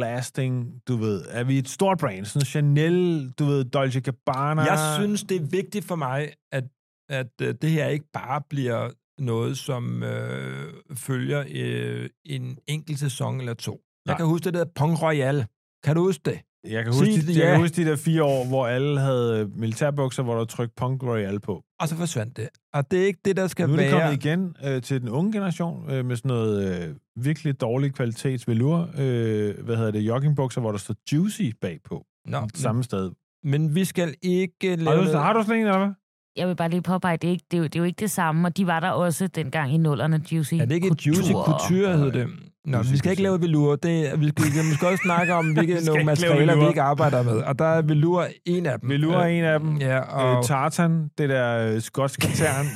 long-lasting, du ved. Er vi et stort brand? Sådan Chanel, du ved, Dolce Gabbana. Jeg synes, det er vigtigt for mig, at, at øh, det her ikke bare bliver noget, som øh, følger øh, en enkelt sæson eller to. Jeg Nej. kan huske det der Pong Royal. Kan du huske det? Jeg kan, huske, Sig de, det, jeg ja. kan huske de der fire år, hvor alle havde øh, militærbukser, hvor der var trykt Punk Royale på. Og så forsvandt det. Og det er ikke det, der skal Nu er det være... kommet igen øh, til den unge generation øh, med sådan noget øh, virkelig dårlig kvalitets velur. Øh, hvad hedder det? Joggingbukser, hvor der står Juicy bagpå. Nå, Nå, samme sted. men vi skal ikke lave... Har du, noget- har du sådan en, eller hvad? Jeg vil bare lige påpege, det er, ikke, det, er jo, det er jo ikke det samme, og de var der også dengang i nullerne, Juicy Er det ikke et juicy couture, hed det? Nå, Juicy vi skal ikke lave velour. Det, er- vi, skal, vi skal måske også snakke om, hvilke Vi skal nogle ikke lave materialer, vi velour. ikke arbejder med. Og der er velour en af dem. Velour er en af dem. Mm, Ja, Øh, og... tartan, det der øh, skotske tern.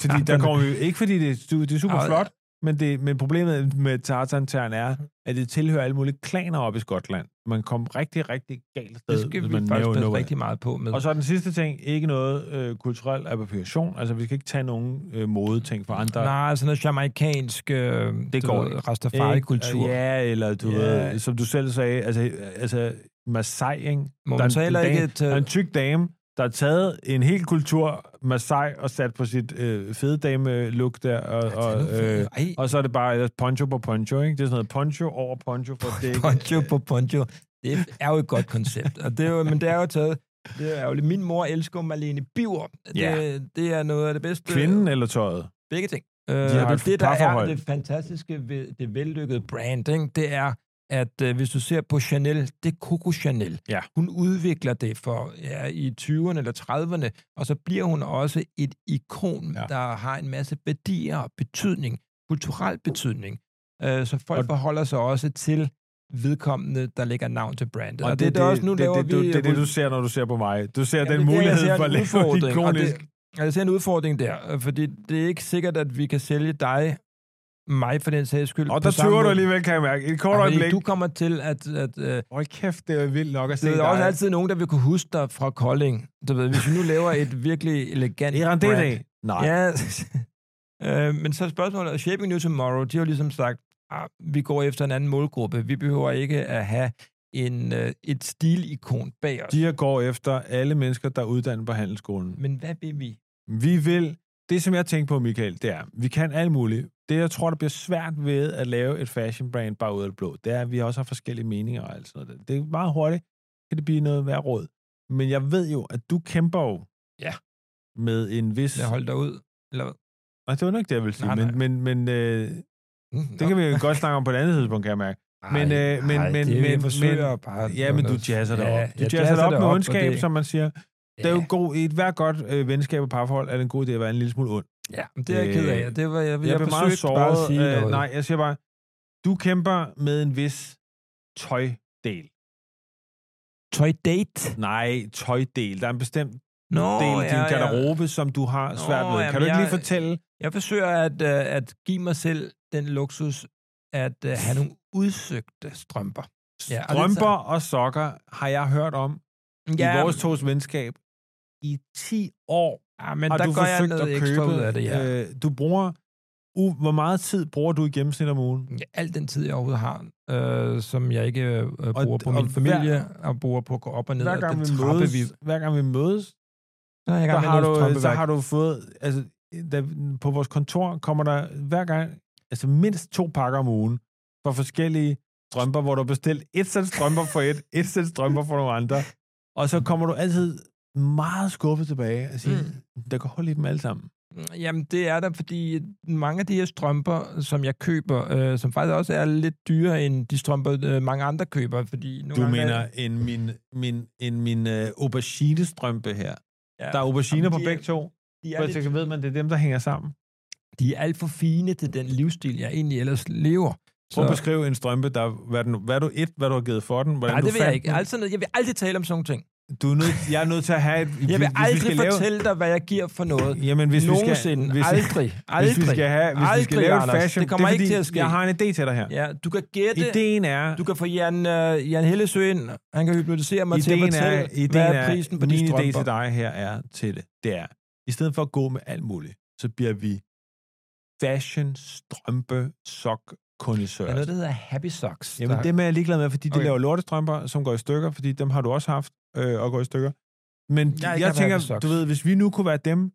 fordi der kommer vi, ikke fordi det, er stu- det er super Ej. flot, men, det, men problemet med tartan-tern er, at det tilhører alle mulige klaner op i Skotland. Man kom rigtig, rigtig galt afsted. Det skal hvis vi man faktisk nævner passe noget. rigtig meget på med. Og så den sidste ting, ikke noget øh, kulturel appropriation. Altså, vi skal ikke tage nogen øh, modeting fra andre. Nej, sådan noget jamaikansk øh, Det du går ved, ikke. Rastafari-kultur. Ikke? Ja, eller du Ja. ja. ved, som du selv sagde, altså, altså Masai, ikke? Må Der er man en- så heller en ikke dame- et... Der er Øh, en tyk dame, der har taget en hel kultur Masai og sat på sit øh, fededame-look der, og, og, øh, ej, og så er det bare ellers poncho på poncho, ikke? Det er sådan noget poncho over poncho for det. poncho på poncho. Det er jo et godt koncept. Og det er jo, men det er jo taget... Det er jo, min mor elsker Marlene Biver. Det, Ja. det er noget af det bedste. Kvinden eller tøjet? Begge ting. har Øh, men et det, der er parforhold. det fantastiske ved det vellykkede brand, ikke, det er, at øh, hvis du ser på Chanel, det er Coco Chanel. Ja. Hun udvikler det for ja, i 20'erne eller 30'erne, og så bliver hun også et ikon, ja. Ja. der har en masse værdier og betydning, kulturel betydning. Øh, så folk og, Og- forholder sig også til vedkommende, der lægger navn til brandet. Og, og det, det, er det, også, nu det, laver det, det, vi... øh, det, det, det, du ser, når du ser på mig. Du ser Ja, den det er det, jeg mulighed ser for en at lave et udfordring, og det- ikonisk Og Jeg ser en udfordring der, øh, fordi det er ikke sikkert, at vi kan sælge dig, mig for den sags skyld. Og på der samme tøver du måde. alligevel, kan jeg mærke. Et kort Ja, fordi øjeblik. Du kommer til at... at øh, Hold kæft, det er vildt nok at se det er også dig. altid nogen, der vil kunne huske dig fra Kolding. Du ved, hvis vi nu laver et virkelig elegant Iran brand. D-dag. Nej. Ja. Ja. øh, men så er spørgsmålet, og Shaping New Tomorrow, de har jo ligesom sagt, ah, vi går efter en anden målgruppe. Vi behøver ikke at have en, øh, et stilikon bag os. De her går efter alle mennesker, der er uddannet på handelsskolen. Men hvad vil vi? Vi vil det, som jeg tænker på, Michael, det er, vi kan alt muligt. Det, jeg tror, der bliver svært ved at lave et fashion brand bare ud af det blå, det er, at vi også har forskellige meninger og alt sådan noget. der. Det er meget hurtigt, kan det blive noget værd råd. Men jeg ved jo, at du kæmper jo Ja. med en vis... Jeg holdt dig ud. Eller hvad? Nej, det var nok det, jeg ville sige, Nej, nej. men, men, men øh, Mm, det kan vi jo godt snakke om på et andet tidspunkt, kan jeg mærke. men, øh, men- men- det, men- jeg forsøger bare. at Ja, få men du noget- jazzer det Ja, op. Du jeg jazzer det op det med op, og ondskab, det- som man siger. Det er jo Ja. god, i et hvert godt øh, venskab og parforhold er det en god idé at være en lille smule ond. Ja, men det er jeg ked af. og Det var, jeg, jeg, jeg, jeg blev meget forsøgte bare at såret. sige øh, noget. nej, jeg siger bare, du kæmper med en vis tøjdel. Tøj date? Nej, tøjdel. Der er en bestemt Nå, del af din garderobe, som du har Nå, svært ved. Kan jamen, du ikke jeg- lige fortælle? Jeg forsøger at, øh, at give mig selv den luksus, at øh, have nogle udsøgte strømper. Ja, og det er Strømper og sokker har jeg hørt om i vores tos venskab i 10 år. ja, ah, men har der du gør jeg forsøgt noget at ekstra købe, ud af det, ja. øh, du bruger, u, hvor meget tid bruger du i gennemsnit om ugen? Ja, Al den tid, jeg overhovedet har, øh, som jeg ikke øh, bruger og, på og min hver- familie, og bruger på at gå op og ned Hver ad gang, den vi trappe, mødes, vi... hver gang vi mødes, Så har jeg der gang med har, noget du, der strømpeværk. har du fået, altså der, på vores kontor kommer der hver gang, altså mindst to pakker om ugen, for forskellige strømper, hvor du har bestilt et sæt strømper for et, et sæt strømper for nogle andre, og så kommer du altid meget skuffet tilbage og siger, mm. der kan holde i dem alle sammen. Jamen, det er der, fordi mange af de her strømper, som jeg køber, øh, som faktisk også er lidt dyrere end de strømper, øh, mange andre køber, fordi... Nogle Du gange- mener en min, min, en min øh, auberginestrømpe her. Ja, Der er auberginer Jamen, på de er- begge to. de er, Ja, lidt, så ved man, det er dem, der hænger sammen. de er alt for fine til den livsstil, jeg egentlig ellers lever. Prøv at beskrive en strømpe, der, hvad, den, hvad du et, hvad du har givet for den, hvordan nej, du det vil jeg fandt ikke. den. Altså, jeg vil aldrig tale om sådan nogle ting. Du er nødt, jeg er nødt til at have et... Jeg vil hvis vi aldrig skal fortælle dig, hvad jeg giver for noget. Lave, jamen, hvis vi skal, Nogensinde. hvis, aldrig. Aldrig. Hvis vi skal, have, hvis vi skal Aldrig, lave et Anders. fashion... Det kommer er ikke fordi, til at ske. Jeg har en idé til dig her. Ja, Ja, du kan gætte. ideen er... Du kan få Jan, uh, Jan Hellesø ind. Han kan hypnotisere mig til at ideen fortælle, er, ideen hvad er prisen på de min idé strømper. til dig her er til det. Det er, i stedet for at gå med alt muligt, så bliver vi fashion, strømpe, sok, Der er noget, kondisører. der hedder Happy Socks. Jamen, der, dem er jeg ligeglad med, fordi de Okay. laver lortestrømper, som går i stykker, fordi dem har du også haft øh, og går i stykker. Men Jeg er jeg, ikke happy jeg med tænker, socks. du ved, hvis vi nu kunne være dem,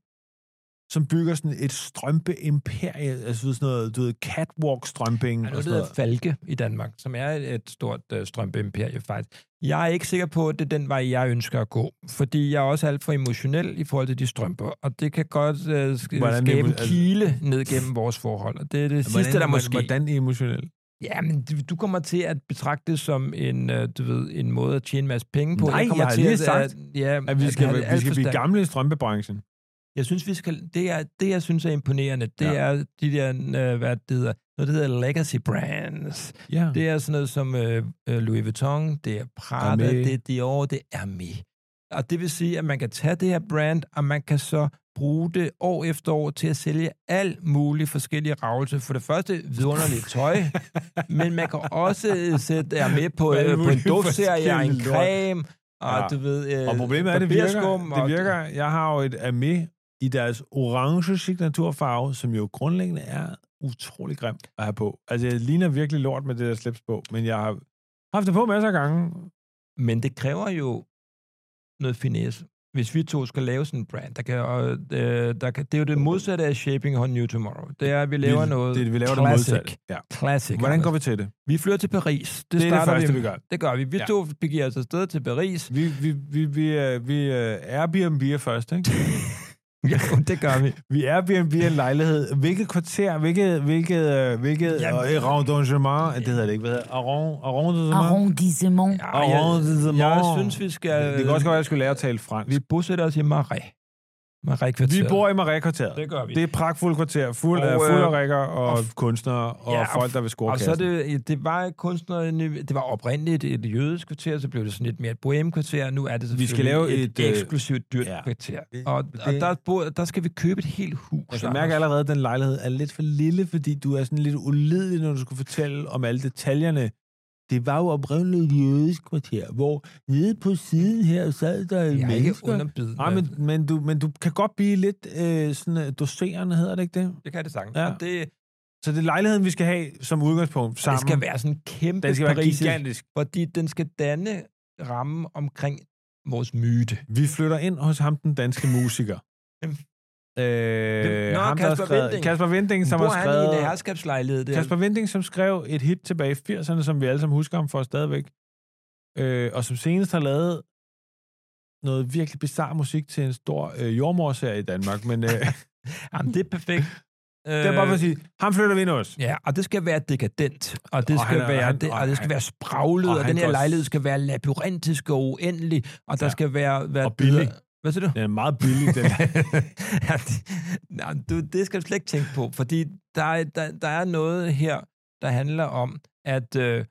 som bygger sådan et strømpe-imperie, altså sådan noget, du ved, catwalk-strømping der er noget, og der sådan hedder noget. Falke i Danmark, som er et, et stort uh, strømpeimperie faktisk. Jeg er ikke sikker på, at det er den vej, jeg ønsker at gå, fordi jeg er også alt for emotionel i forhold til de strømper, og det kan godt uh, sk- Hvordan skabe en emo- altså- kile ned gennem vores forhold, og det er det sidste, der måske... Hvordan emotionelt? Ja, men du, du kommer til at betragte det som en, øh, du ved, en måde at tjene en masse penge på. Nej, kommer jeg har til lige at, sagt, at, ja, At vi skal, have det vi alt skal for blive stærkt. gamle i strømpebranchen. Jeg synes, vi skal, det, er, det, jeg synes er imponerende, det Ja. ja. er de der, øh, hvad det hedder, noget, der hedder legacy brands. Ja. Det er sådan noget som øh, øh, Louis Vuitton, det er Prada, Hermès. det er Dior, det er Hermès. Og det vil sige, at man kan tage det her brand, og man kan så bruge det år efter år til at sælge alt muligt forskellige ravelse. For det første vidunderligt tøj, men man kan også øh, sætte jer med på, Alle øh, på en mulige duftserie og en forskellige lort. creme, og Ja. ja. du ved... Øh, Og problemet er, at det barberskum, virker, og- det virker. Jeg har jo et Amé i deres orange signaturfarve, som jo grundlæggende er utrolig grim at have på. Altså, jeg ligner virkelig lort med det der slips på, men jeg har haft det på masser af gange. Men det kræver jo noget finesse. Hvis vi to skal lave sådan en brand, der kan, og, øh, der kan, det er jo det modsatte af Shaping on New Tomorrow. Det er, at vi laver vi, noget det, vi laver classic. det modsatte. Ja. Classic. Hvordan går vi? vi til det? Vi flyver til Paris. Det, Det er det starter første, vi, vi gør. Det gør vi. Vi Ja. ja. to begiver os afsted til Paris. Vi, vi, vi, vi, øh, vi øh, Airbnb'er først, ikke? Ja, det gør vi. Vi Airbnb'er en lejlighed. Hvilket kvarter, hvilket, hvilket, øh, hvilket Jamen- Jamen, arrondissement, det hedder det ikke, hvad hedder det? Arrond- Arrondissement? Arrondissement. Ja, jeg, Arrondissement. jeg synes, vi skal... Det kan også godt være, at jeg skulle lære at tale fransk. Vi bosætter os i Marais. Marais-kvarteret. Vi bor i Marais-kvarteret. Det gør vi. Det er et pragtfuldt kvarter, fuld, Og, af, fuld af øh, rækker og, og og f- kunstnere og Ja, ja, og folk, der vil score Og så kassen. er det, det var kunstnerne, det var oprindeligt et jødisk kvarter, så blev det sådan lidt mere et bohemkvarter, og nu er det Vi skal selvfølgelig lave et, et, øh, eksklusivt dyrt ja. ja. kvarter. Det- Og, og det- der, bor, der skal vi købe et helt hus. Jeg kan Anders. mærke allerede, at den lejlighed er lidt for lille, fordi du er sådan lidt ulidelig, når du skulle fortælle om alle detaljerne. Det var jo oprindeligt et jødisk kvarter, hvor nede på siden her sad der jeg er ikke mennesker. underbidende. Nej, men, men, du, men du kan godt blive lidt øh, sådan, øh, doserende, hedder det ikke det? Det kan det sagtens. Ja. Ja. Og det, Så det er lejligheden, vi skal have som udgangspunkt sammen. det skal være sådan en kæmpe den skal være parisisk, gigantisk. fordi den skal danne rammen omkring vores myte. Vi flytter ind hos ham, den danske musiker. Øh, Nå, ham, der har Kasper skrevet- Winding. Kasper Vinding, som Bor har han skrevet... i en herskabslejlighed der? Kasper Vinding, som skrev et hit tilbage i 80'erne, som vi alle sammen husker ham for stadigvæk, øh, og som senest har lavet noget virkelig bizarre musik til en stor øh, jordmorserie i Danmark, men øh, det Jamen, det er perfekt. Øh, er bare for at sige, ham flytter vi ind hos. Ja, og det skal være dekadent, og det Og skal, han er- være, han- det, og og det han- skal være spraglet, og og, og han den her går- lejlighed skal være labyrintisk og uendelig, og der Ja. ja. skal være... være Og billig. Hvad siger du? Den er meget billig, den her. ja, det, nej, du, det skal du slet ikke tænke på, fordi der er, der, der er noget her, der handler om, at, øh,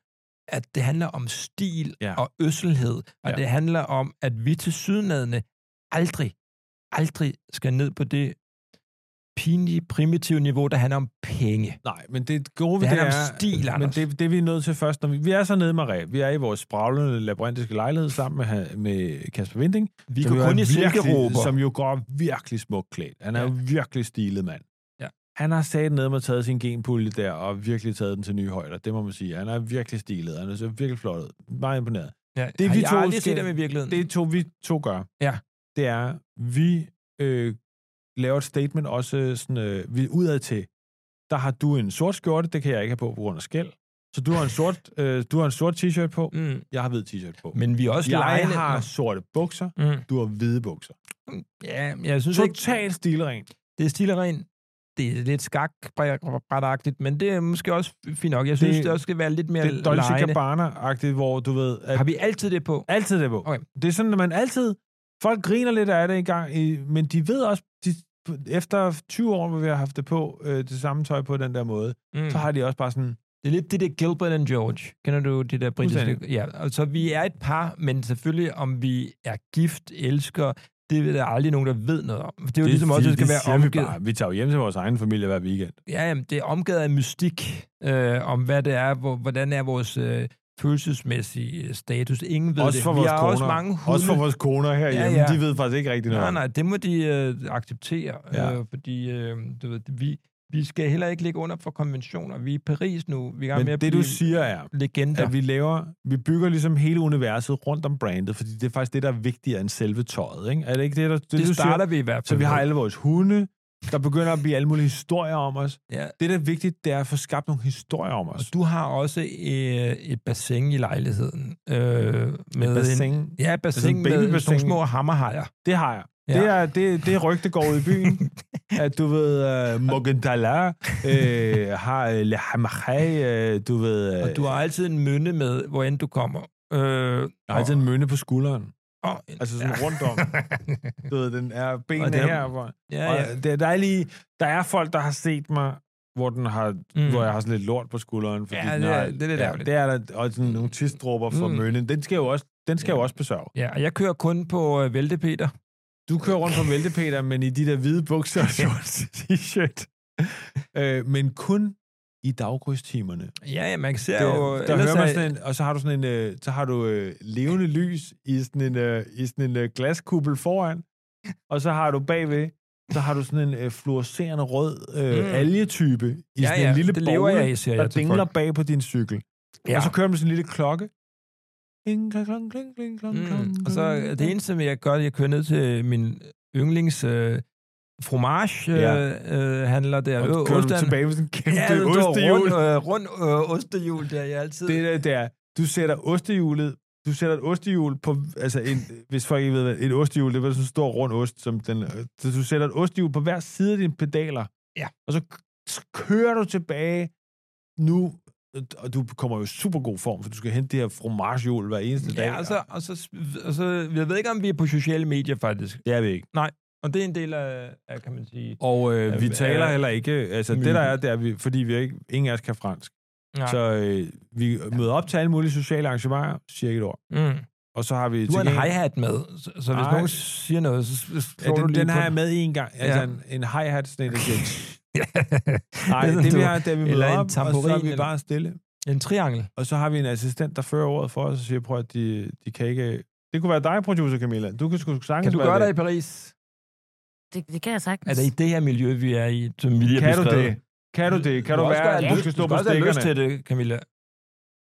at det handler om stil Ja. ja. og øsselhed, og Ja. ja. det handler om, at vi til sydnadende aldrig, aldrig skal ned på det pinlige, primitive niveau, der handler om penge. Nej, men det Det gode ved det, handler er... om stil, men Anders. det, det vi er nødt til først, når vi, vi er så nede med Ræ. Vi er i vores spraglende labyrintiske lejlighed sammen med, ha- med Kasper Vinding. Vi som går jo er kun i virkelig- silkeråber. Som jo går virkelig smukt klædt. Han er Ja. jo virkelig stilet mand. Ja. Han har sat ned med taget sin genpulje der, og virkelig taget den til nye højder. Det må man sige. Han er virkelig stilet. Han er så virkelig flot ud. Meget imponeret. Ja, det, har vi jeg to aldrig skal- set dem i virkeligheden. Det to, vi to gør, Ja. det er, vi øh, laver et statement også sådan, øh, vi udad til. Der har du en sort skjorte, det kan jeg ikke have på på grund af skæld. Så du har en sort, øh, du har en sort t-shirt på, mm. jeg har hvid t-shirt på. Men vi er også jeg lejende- har sorte bukser, Mm. du har hvide bukser. Ja, jeg synes ikke... Totalt stilrent. Det er stil og ren. Det er lidt skakbrætagtigt, men det er måske også fint nok. Jeg synes, Det- det, det også skal være lidt mere det er Dolce lejende. Gabbana-agtigt, hvor du ved, at Har vi altid det på? altid det er på. Okay. Det er sådan, at man altid, folk griner lidt af det i gang, i- men de ved også, de, efter 20 år, hvor vi har haft det på, øh, det samme tøj på den der måde, mm. Mm. så har de også bare sådan, Det er lidt det der Gilbert and George. Kender du det der britiske? Fuldstændig. Ja, altså vi er et par, men selvfølgelig om vi er gift, elsker, det er der aldrig nogen, der ved noget om. Det er jo ligesom også, det skal være siger vi omgivet. bare. Vi tager jo hjem til vores egen familie hver weekend. Ja, jamen, det er omgivet af mystik øh, om, hvad det er, hvor, hvordan er vores øh, følelsesmæssige øh, status. Ingen ved Også det. for vi vores har koner. også mange hunde. Også for vores koner herhjemme, ja, Ja, ja. ja. de ved faktisk ikke rigtig noget. Nej, om nej, det må de øh, acceptere, Ja. ja. øh, fordi øh, du ved, vi, vi skal heller ikke ligge under for konventioner. Vi er i Paris nu, vi er i det. gang med Men at det, blive du siger, er, legender. at vi laver, vi bygger ligesom hele universet rundt om brandet, fordi det er faktisk det, der er vigtigere end selve tøjet, ikke? Er det ikke det, der, det, det, du det siger? starter vi i hvert Så fald. vi har med. alle vores hunde, der begynder at blive alle mulige historier om os. Ja. Det, der er vigtigt, det er at få skabt nogle historier om Og os. du har også øh, et bassin i lejligheden. Øh, med Et En, bassin, Altså ja, et bassin en med babybassin. nogle små hammerhajer. det har jeg. Ja. Det er det, det rygte går ud i byen, at du ved, uh, Morgenthaler øh, har øh, Le Hamachai, øh, du ved... Øh, Og du har altid en mønne med, hvor end du kommer. Øh, jeg har altid en mønne på skulderen. og, og, Altså sådan rundt om. Du ved, den er benene Og det er- her. Hvor, ja, og ja. der, der, er lige, der er folk, der har set mig, hvor, den har, mm. Mm. hvor jeg har sådan lidt lort på skulderen. Fordi Ja, den det er- har, det er lidt ærgerligt. det er der, og sådan nogle tidsdråber fra mm. Mm. mønnen. Den skal jo også, den skal ja. jo også besørge. ja, og jeg kører kun på øh, Væltepeter. Du kører rundt på væltepeter, men i de der hvide bukser og short t-shirt. Øh, men kun i daggrydstimerne. Ja, ja, man ser Det, jo... der ellers hører man er- sådan en, og så har du sådan en, øh, så har du øh, levende lys i sådan en, øh, i sådan en øh, glaskuppel foran, og så har du bagved, så har du sådan en øh, fluorescerende rød øh, Mm. mm. algetype i ja, sådan ja, en lille det lever bogle, jeg i, siger der jeg til dingler folk. bag på din cykel. Ja. Ja. Og så kører man sådan en lille klokke. Kling, klang, klang, kling, kling, klang, klang, Mm. Og så klang, øh, det klang. eneste, jeg gør, det er, at jeg kører ned til min yndlings øh, fromage Ja. øh, øh, handler der. Og Øh, kører du ostehandler. tilbage med sådan en kæmpe Ja, ja, den går ostehjul. rundt, øh, rundt øh, ostehjul, der jeg altid... Det der, der, du sætter ostehjulet, du sætter et ostehjul på, altså en, hvis folk ikke ved, hvad- et ostehjul, det er bare sådan en stor rund ost, som den, så du sætter et ostehjul på hver side af dine pedaler, Ja. og så k- så kører du tilbage nu, og du kommer jo i super god form, for du skal hente det her fromagehjul hver eneste dag. Ja, og så, og, så, og så... Jeg ved ikke, om vi er på sociale medier, faktisk. Det er vi ikke. Og det er en del af, af kan man sige... Og øh, vi Ja, taler ja. heller ikke, altså det der er, det er, vi, fordi vi ikke, ingen af os kan fransk. Ja. Så øh, vi møder op til alle mulige sociale arrangementer, cirka et år. Mm. Og så har vi... Du har til en gengæld- hi-hat med, så, så hvis Nej. nogen siger noget, så s- s- Ja, slår du den, lige den på har jeg med en gang. Altså Ja. en, en hi-hat sådan en, der siger, Nej, Nej, det vi har, det er, vi eller møder en op, og så tamburin, er vi eller- bare stille. En triangel. Og så har vi en assistent, der fører ordet for os og siger, prøv at de, de kan ikke... Det kunne være dig, producer Camilla. Du kan sgu sagtens Kan du være gøre det. det i Paris? Det, det kan jeg sagtens. Er det i det her miljø, vi er i, som vi lige har Kan du beskrevet? det? Kan du det? Kan du, må også være, godt at have du skal lyst- stå på også have lyst stikkerne? til det, Camilla.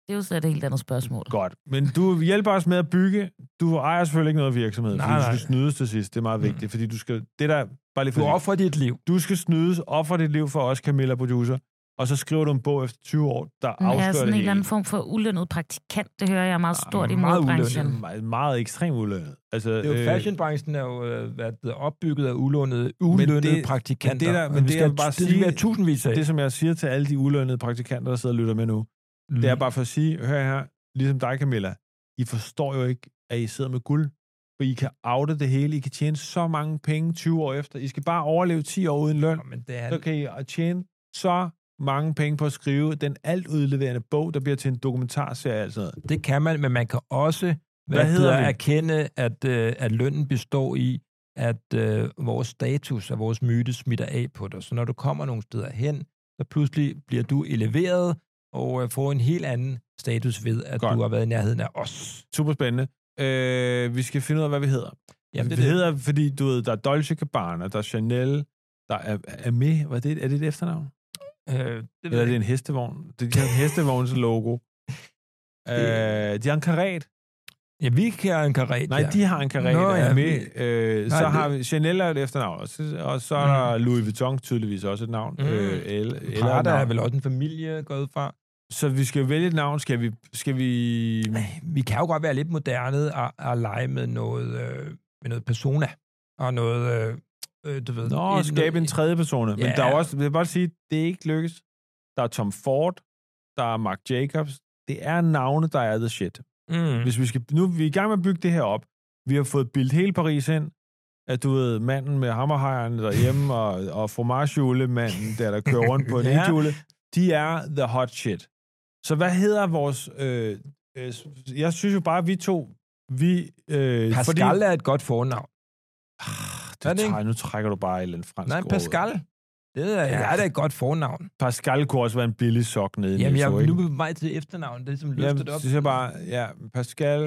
det er jo så et helt andet spørgsmål. Godt. Men du hjælper os med at bygge. Du ejer selvfølgelig ikke noget virksomhed, Nej, fordi du nej. Mm. skal snydes til sidst. Det er meget vigtigt, fordi du skal... Det der, Bare lige Du for du, offrer dit liv. du skal snydes, offer dit liv for os, Camilla producer, og så skriver du en bog efter 20 år, der Hun er afslører sådan det en eller hele. anden form for ulønnet praktikant. Det hører jeg meget Ah, stort i meget ulønnet. modbranchen. anden- meget, meget ekstrem ulønnet. Altså, Det er jo, fashionbranchen er jo øh, hvad det hedder, opbygget af ulånede, ulønnede det- praktikanter. men det der- og men vi det, skal, jeg vil bare det skal sige- være tusindvis af. det, som jeg siger til alle de ulønnede praktikanter, der sidder og lytter med nu, Mm. Det er bare for at sige, hør her, ligesom dig Camilla, I forstår jo ikke, at I sidder med guld, for I kan oute det hele, I kan tjene så mange penge 20 år efter. I skal bare overleve 10 år uden løn, Nå, men det er, så kan I at tjene så mange penge på at skrive den alt udleverende bog, der bliver til en dokumentarserie og alt sådan noget. det kan man, men man kan også hvad Hvad det hedder hedder, vi? erkende, at, øh, at lønnen består i, at øh, vores status og vores myte smitter af på dig. Så når du kommer nogle steder hen, så pludselig bliver du eleveret og øh, får en helt anden status ved, at Godt. Godt. du har været i nærheden af os. Super spændende. Øh, vi skal finde ud af, hvad vi hedder. Jamen, det, vi hedder... hedder, fordi du ved, der er Dolce Gabbana, der er Chanel, der er, er med, hvad er det, er det et efternavn? Øh, det ved Eller er jeg det ikke. en hestevogn? Det er en hestevogns logo. Øh, de har en karet. Ja, vi kan en karet. Nej, ja. de har en karet, Nå, der er ja, med. vi- Øh, Nej, så det- har vi Chanel er et efternavn, og så, og så er der Louis Vuitton tydeligvis også et navn. Mm. Mm. Øh, eller, eller et Prada er navn. vel også en familie gået fra. Så vi skal vælge et navn. Skal vi... Skal vi... Vi kan jo godt være lidt moderne og, og lege med noget, øh, med noget persona og noget, øh, øh, du ved... Nå, et- skabe en tredje person. Men Ja. der er også... Jeg vil bare sige, det er ikke lykkes. Der er Tom Ford. Der er Mark Jacobs. Det er navne, der er the shit. Mm. Hvis vi skal, nu er vi i gang med at bygge det her op. Vi har fået bildt hele Paris ind. At du ved, manden med hammerhejerne derhjemme, og, og fromagehulemanden, der, der kører rundt på en Ja. ja. de er the hot shit. Så hvad hedder vores... Øh, øh, jeg synes jo bare, at vi to... Vi, øh, Pascal er et godt fornavn. Ah, du er det ikke? træ, nu trækker du bare et eller andet fransk Nej, ord ud. Pascal. Det er, altså. Ja. ja. er da et godt fornavn. Pascal kunne også være en billig sok nede i Jamen, jeg Netto, er ikke? nu på vej til efternavn. Det er som løftet Jamen, op. synes jeg bare, ja, Pascal...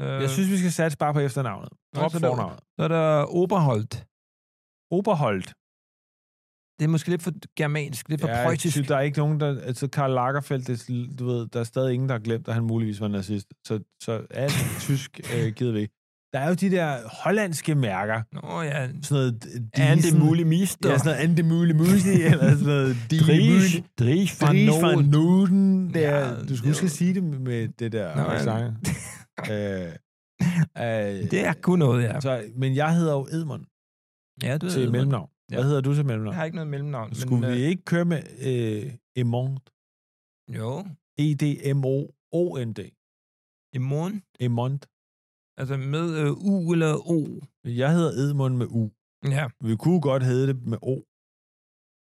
øh, Jeg synes, vi skal satse bare på efternavnet. Nå, Drop så der- fornavnet. Så er der Oberholdt. Oberholdt. Det er måske lidt for germansk, lidt for Ja, ja, jeg preussisk. synes, der er ikke nogen, der... Altså, Karl Lagerfeldt, det, er sl- du ved, der er stadig ingen, der har glemt, at han muligvis var nazist. Så, så alt tysk øh, gider vi ikke. Der er jo de der hollandske mærker. Nå ja, Sådan noget... Ande Diesen- Mulle Mister. Ja, sådan noget Ande Mulle Musi, eller sådan noget... Dries, Dries Dries van van Noot. Noten. Det er, Ja, du det skulle huske var- at sige det med det der Nå, ja. accent. øh, øh, Det er kun noget, ja. så, men jeg hedder jo Edmund Ja, du ved, til mellemnavn. Hvad Ja. hedder du til mellemnavn? Jeg har ikke noget mellemnavn. Skulle men, vi ikke køre med øh, E Emond? Øh, jo, E-D-M-O-O-N-D. i morgen. Emond. Altså med øh, U eller O. Jeg hedder Edmund med U. Ja. Vi kunne godt hedde det med O.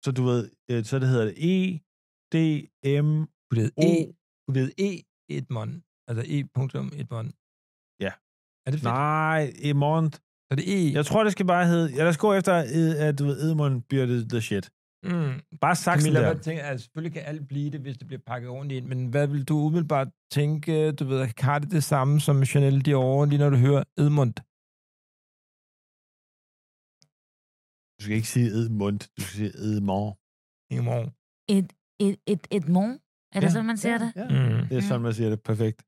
Så du ved, øh, så det hedder det E-D-M-O. Du ved E, du ved E Edmond. Altså E punktum Edmond. Ja. Er det fedt? Nej, Emond. Så er det E. Jeg tror, det skal bare hedde... Ja, lad os gå efter, øh, at du ved, Edmund bliver det the shit. Mm. Bare saksen Camilla, der. hvad tænker, altså, selvfølgelig kan alt blive det, hvis det bliver pakket ordentligt ind, men hvad vil du umiddelbart tænke, du ved, har det det samme som Chanel Dior, lige når du hører Edmund? Du skal ikke sige Edmund, du skal sige Edmond. i morgen? Et, et, et, et morgen? Er det Ja, sådan, man siger det? Ja. Mm. Det er sådan, man siger det. Perfekt.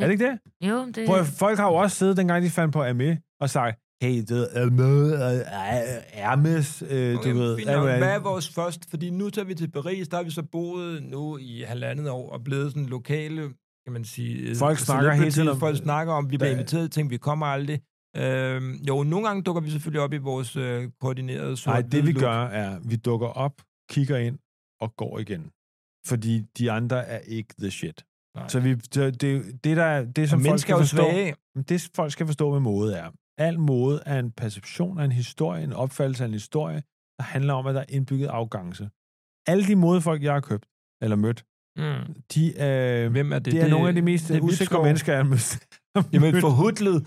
Er det ikke det? Jo, det Prøv, at- folk har jo også siddet, dengang de fandt på Amé, og sagt, hey, det er Amé, øh, Hermes, øh, du Okay, ved. fint alt nok. muligt Hvad er andet." vores først? Fordi nu tager vi til Paris, der har vi så boet nu i halvandet år og blevet sådan lokale, kan man sige. Folk snakker hele tiden om... om- Folk snakker om, vi bliver Der- inviteret, tænker vi kommer aldrig. Øhm, jo, nogle gange dukker vi selvfølgelig op i vores øh, koordinerede sort Nej, det vi gør, er, vi dukker op, kigger ind og går igen. Fordi de andre er ikke the shit. Nej. Så vi, det, det, det, der, er- det som som folk mennesker skal er jo forstå, svage. Men det folk skal forstå med mode er, al mode er en perception af en historie, en opfattelse af en historie, der handler om, at der er indbygget arrogance. Alle de modefolk, jeg har købt eller mødt, Mm. de, øh, Hvem er det? det, det er nogle af de mest det er usikre Vibskov. mennesker, jeg har mødt. Jamen, forhudlet.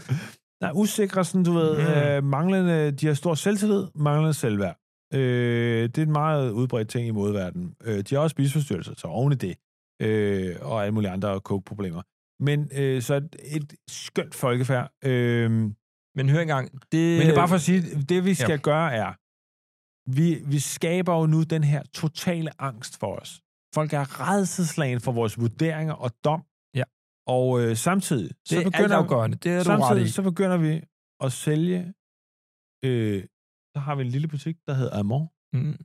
Nej, usikre, sådan du ved, Mm. øh, manglende, de har stor selvtillid, manglende selvværd. Øh, det er en meget udbredt ting i modverdenen. Øh, de har også spiseforstyrrelser, så oven i det, øh, og alle mulige andre kogeproblemer. Men øh, så et, et skønt folkefærd. Øh, Men hør engang, det... men det er bare for at sige, det vi skal Ja. ja. gøre er, vi, vi skaber jo nu den her totale angst for os. Folk er redselslagen for vores vurderinger og dom. Ja. Og øh, samtidig, Det så er begynder, altafgørende, det er du ret i. samtidig så begynder vi at sælge øh, der har vi en lille butik, der hedder Amor. Mm.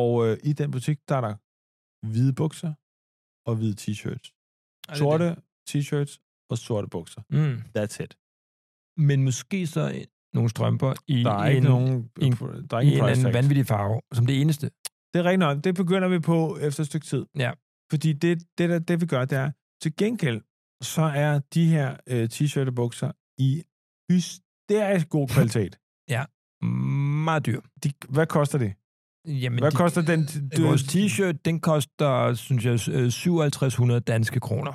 Og øh, i den butik, der er der hvide bukser og hvide t-shirts. Er Altså, det Sorte t-shirts og sorte bukser. det? Mm. That's it. Men måske så en- nogle strømper i Der er en, ikke nogen, en- der er i ikke en en, eller price anden tag. vanvittig farve, som det eneste. Det er rigtigt nok. Det begynder vi på efter et stykke tid. Ja. Fordi det, det, der, det vi gør, det er, til gengæld, så er de her øh, t-shirt og bukser i hysterisk god kvalitet. Meget dyr. De, hvad koster det? Jamen, Hvad de- koster den? Øh, Vores t-shirt, den koster, synes jeg, øh, 5700 danske kroner.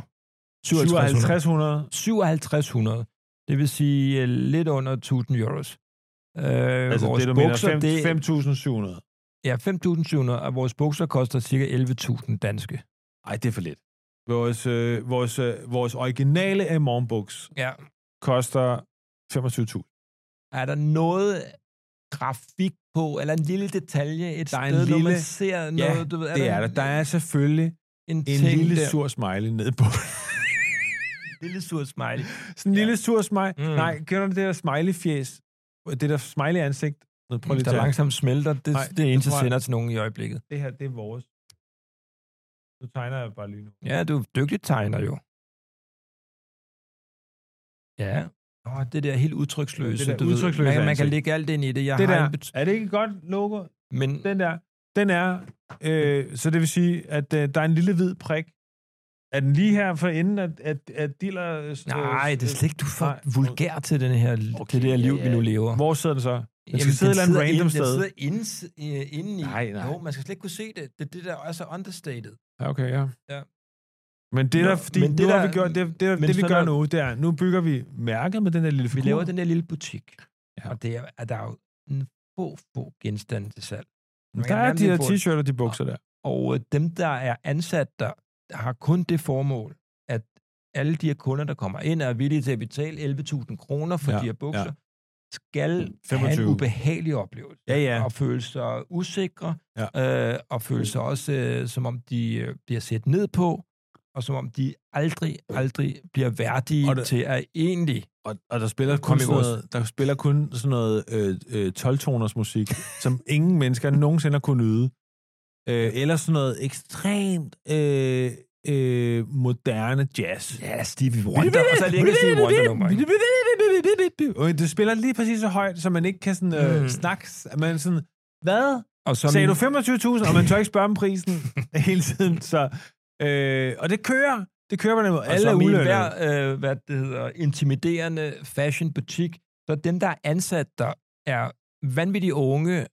5700. 5700. 5700. Det vil sige øh, lidt under 1000 euros. Øh, Altså vores det, du bukser, mener, det, fem- 5700. ja, 5.700, og vores bukser koster cirka 11.000 danske. Ej, det er for lidt. Vores, øh, vores, øh, vores originale Amon Books Ja. koster 25.000. Er der noget grafik på, eller en lille detalje, et Der er en sted, når man lille- ser Ja, noget? Du ved, Det er der. Der er selvfølgelig en, en ting lille der. sur smiley nede på. lille sur smiley. Sådan en Ja. lille sur smiley. Mm. Mm. Nej, kender du det der smiley-fjes? Det der smiley-ansigt? Nå, Prøv lige Mm, der at tage. langsomt smelter, det, Nej, Nej, det er eneste, tror jeg jeg- sender til nogen i øjeblikket. Det her, det er vores. Nu tegner jeg bare lige nu. Ja, du er dygtig tegner jo. Ja. Åh, det der helt udtryksløse. Det der du ved. udtryksløse man, kan- man kan ansigt. lægge alt ind i det. Jeg Det har der, en bet- er det ikke et godt logo? men Den der, den er, øh, så det vil sige, at øh, der er en lille hvid prik. Er den lige her for enden, at, at, at dealer... Øh, nej, det er slet ikke, du er for nej. vulgær til den her, okay, det der liv, ja, ja. vi nu lever. Hvor sidder den så? Den skal Jamen, sidde et eller andet sidder random inde- Den sted. sidder inde, øh, inde i. Nej, nej. Jo, man skal slet ikke kunne se det. Det er det, der er så understated. Ja, okay, ja. Ja. Men det, Nå, der, fordi men men det det nu har der- vi gjort, det, det, men det vi så gør når- nu, det er, nu bygger vi mærket med den der lille Vi figur. laver den der lille butik, Ja. og det er, at der er jo en få, få genstande til salg. Man Der kan er nærmest de her ikke få- t-shirts og de bukser der. Og øh, dem, der er ansat der, har kun det formål, at alle de her kunder, der kommer ind, er villige til at betale 11.000 kroner for Ja, ja, Mm, de her bukser, ja. ja. skal 25. have 25. en ubehagelig oplevelse. Ja, ja. Og føle sig usikre, ja. øh, og føle sig også, øh, som om de øh, bliver set ned på, og som om de aldrig, aldrig bliver værdige Og det, det- til at egentlig... Og, og der spiller Kom kun i sådan vores- noget, der spiller kun sådan noget øh, øh, 12-toners musik, som ingen mennesker nogensinde har kunnet nyde. Øh, eller sådan noget ekstremt øh, øh, moderne jazz. Ja, Stevie Wonder, og så er det ikke Stevie Wonder-nummer. ikke? Og det spiller lige præcis så højt, så man ikke kan sådan, øh, Mm. snakke. Man sådan, hvad? Og så Sagde min- du 25.000, og man tør ikke spørge om prisen hele tiden. Så, øh, og det kører. Det kører på den måde. Alle Alle og er som i ulønnede. enhver, øh, hvad det hedder, intimiderende fashionbutik, så dem, der er ansat der, er vanvittigt unge,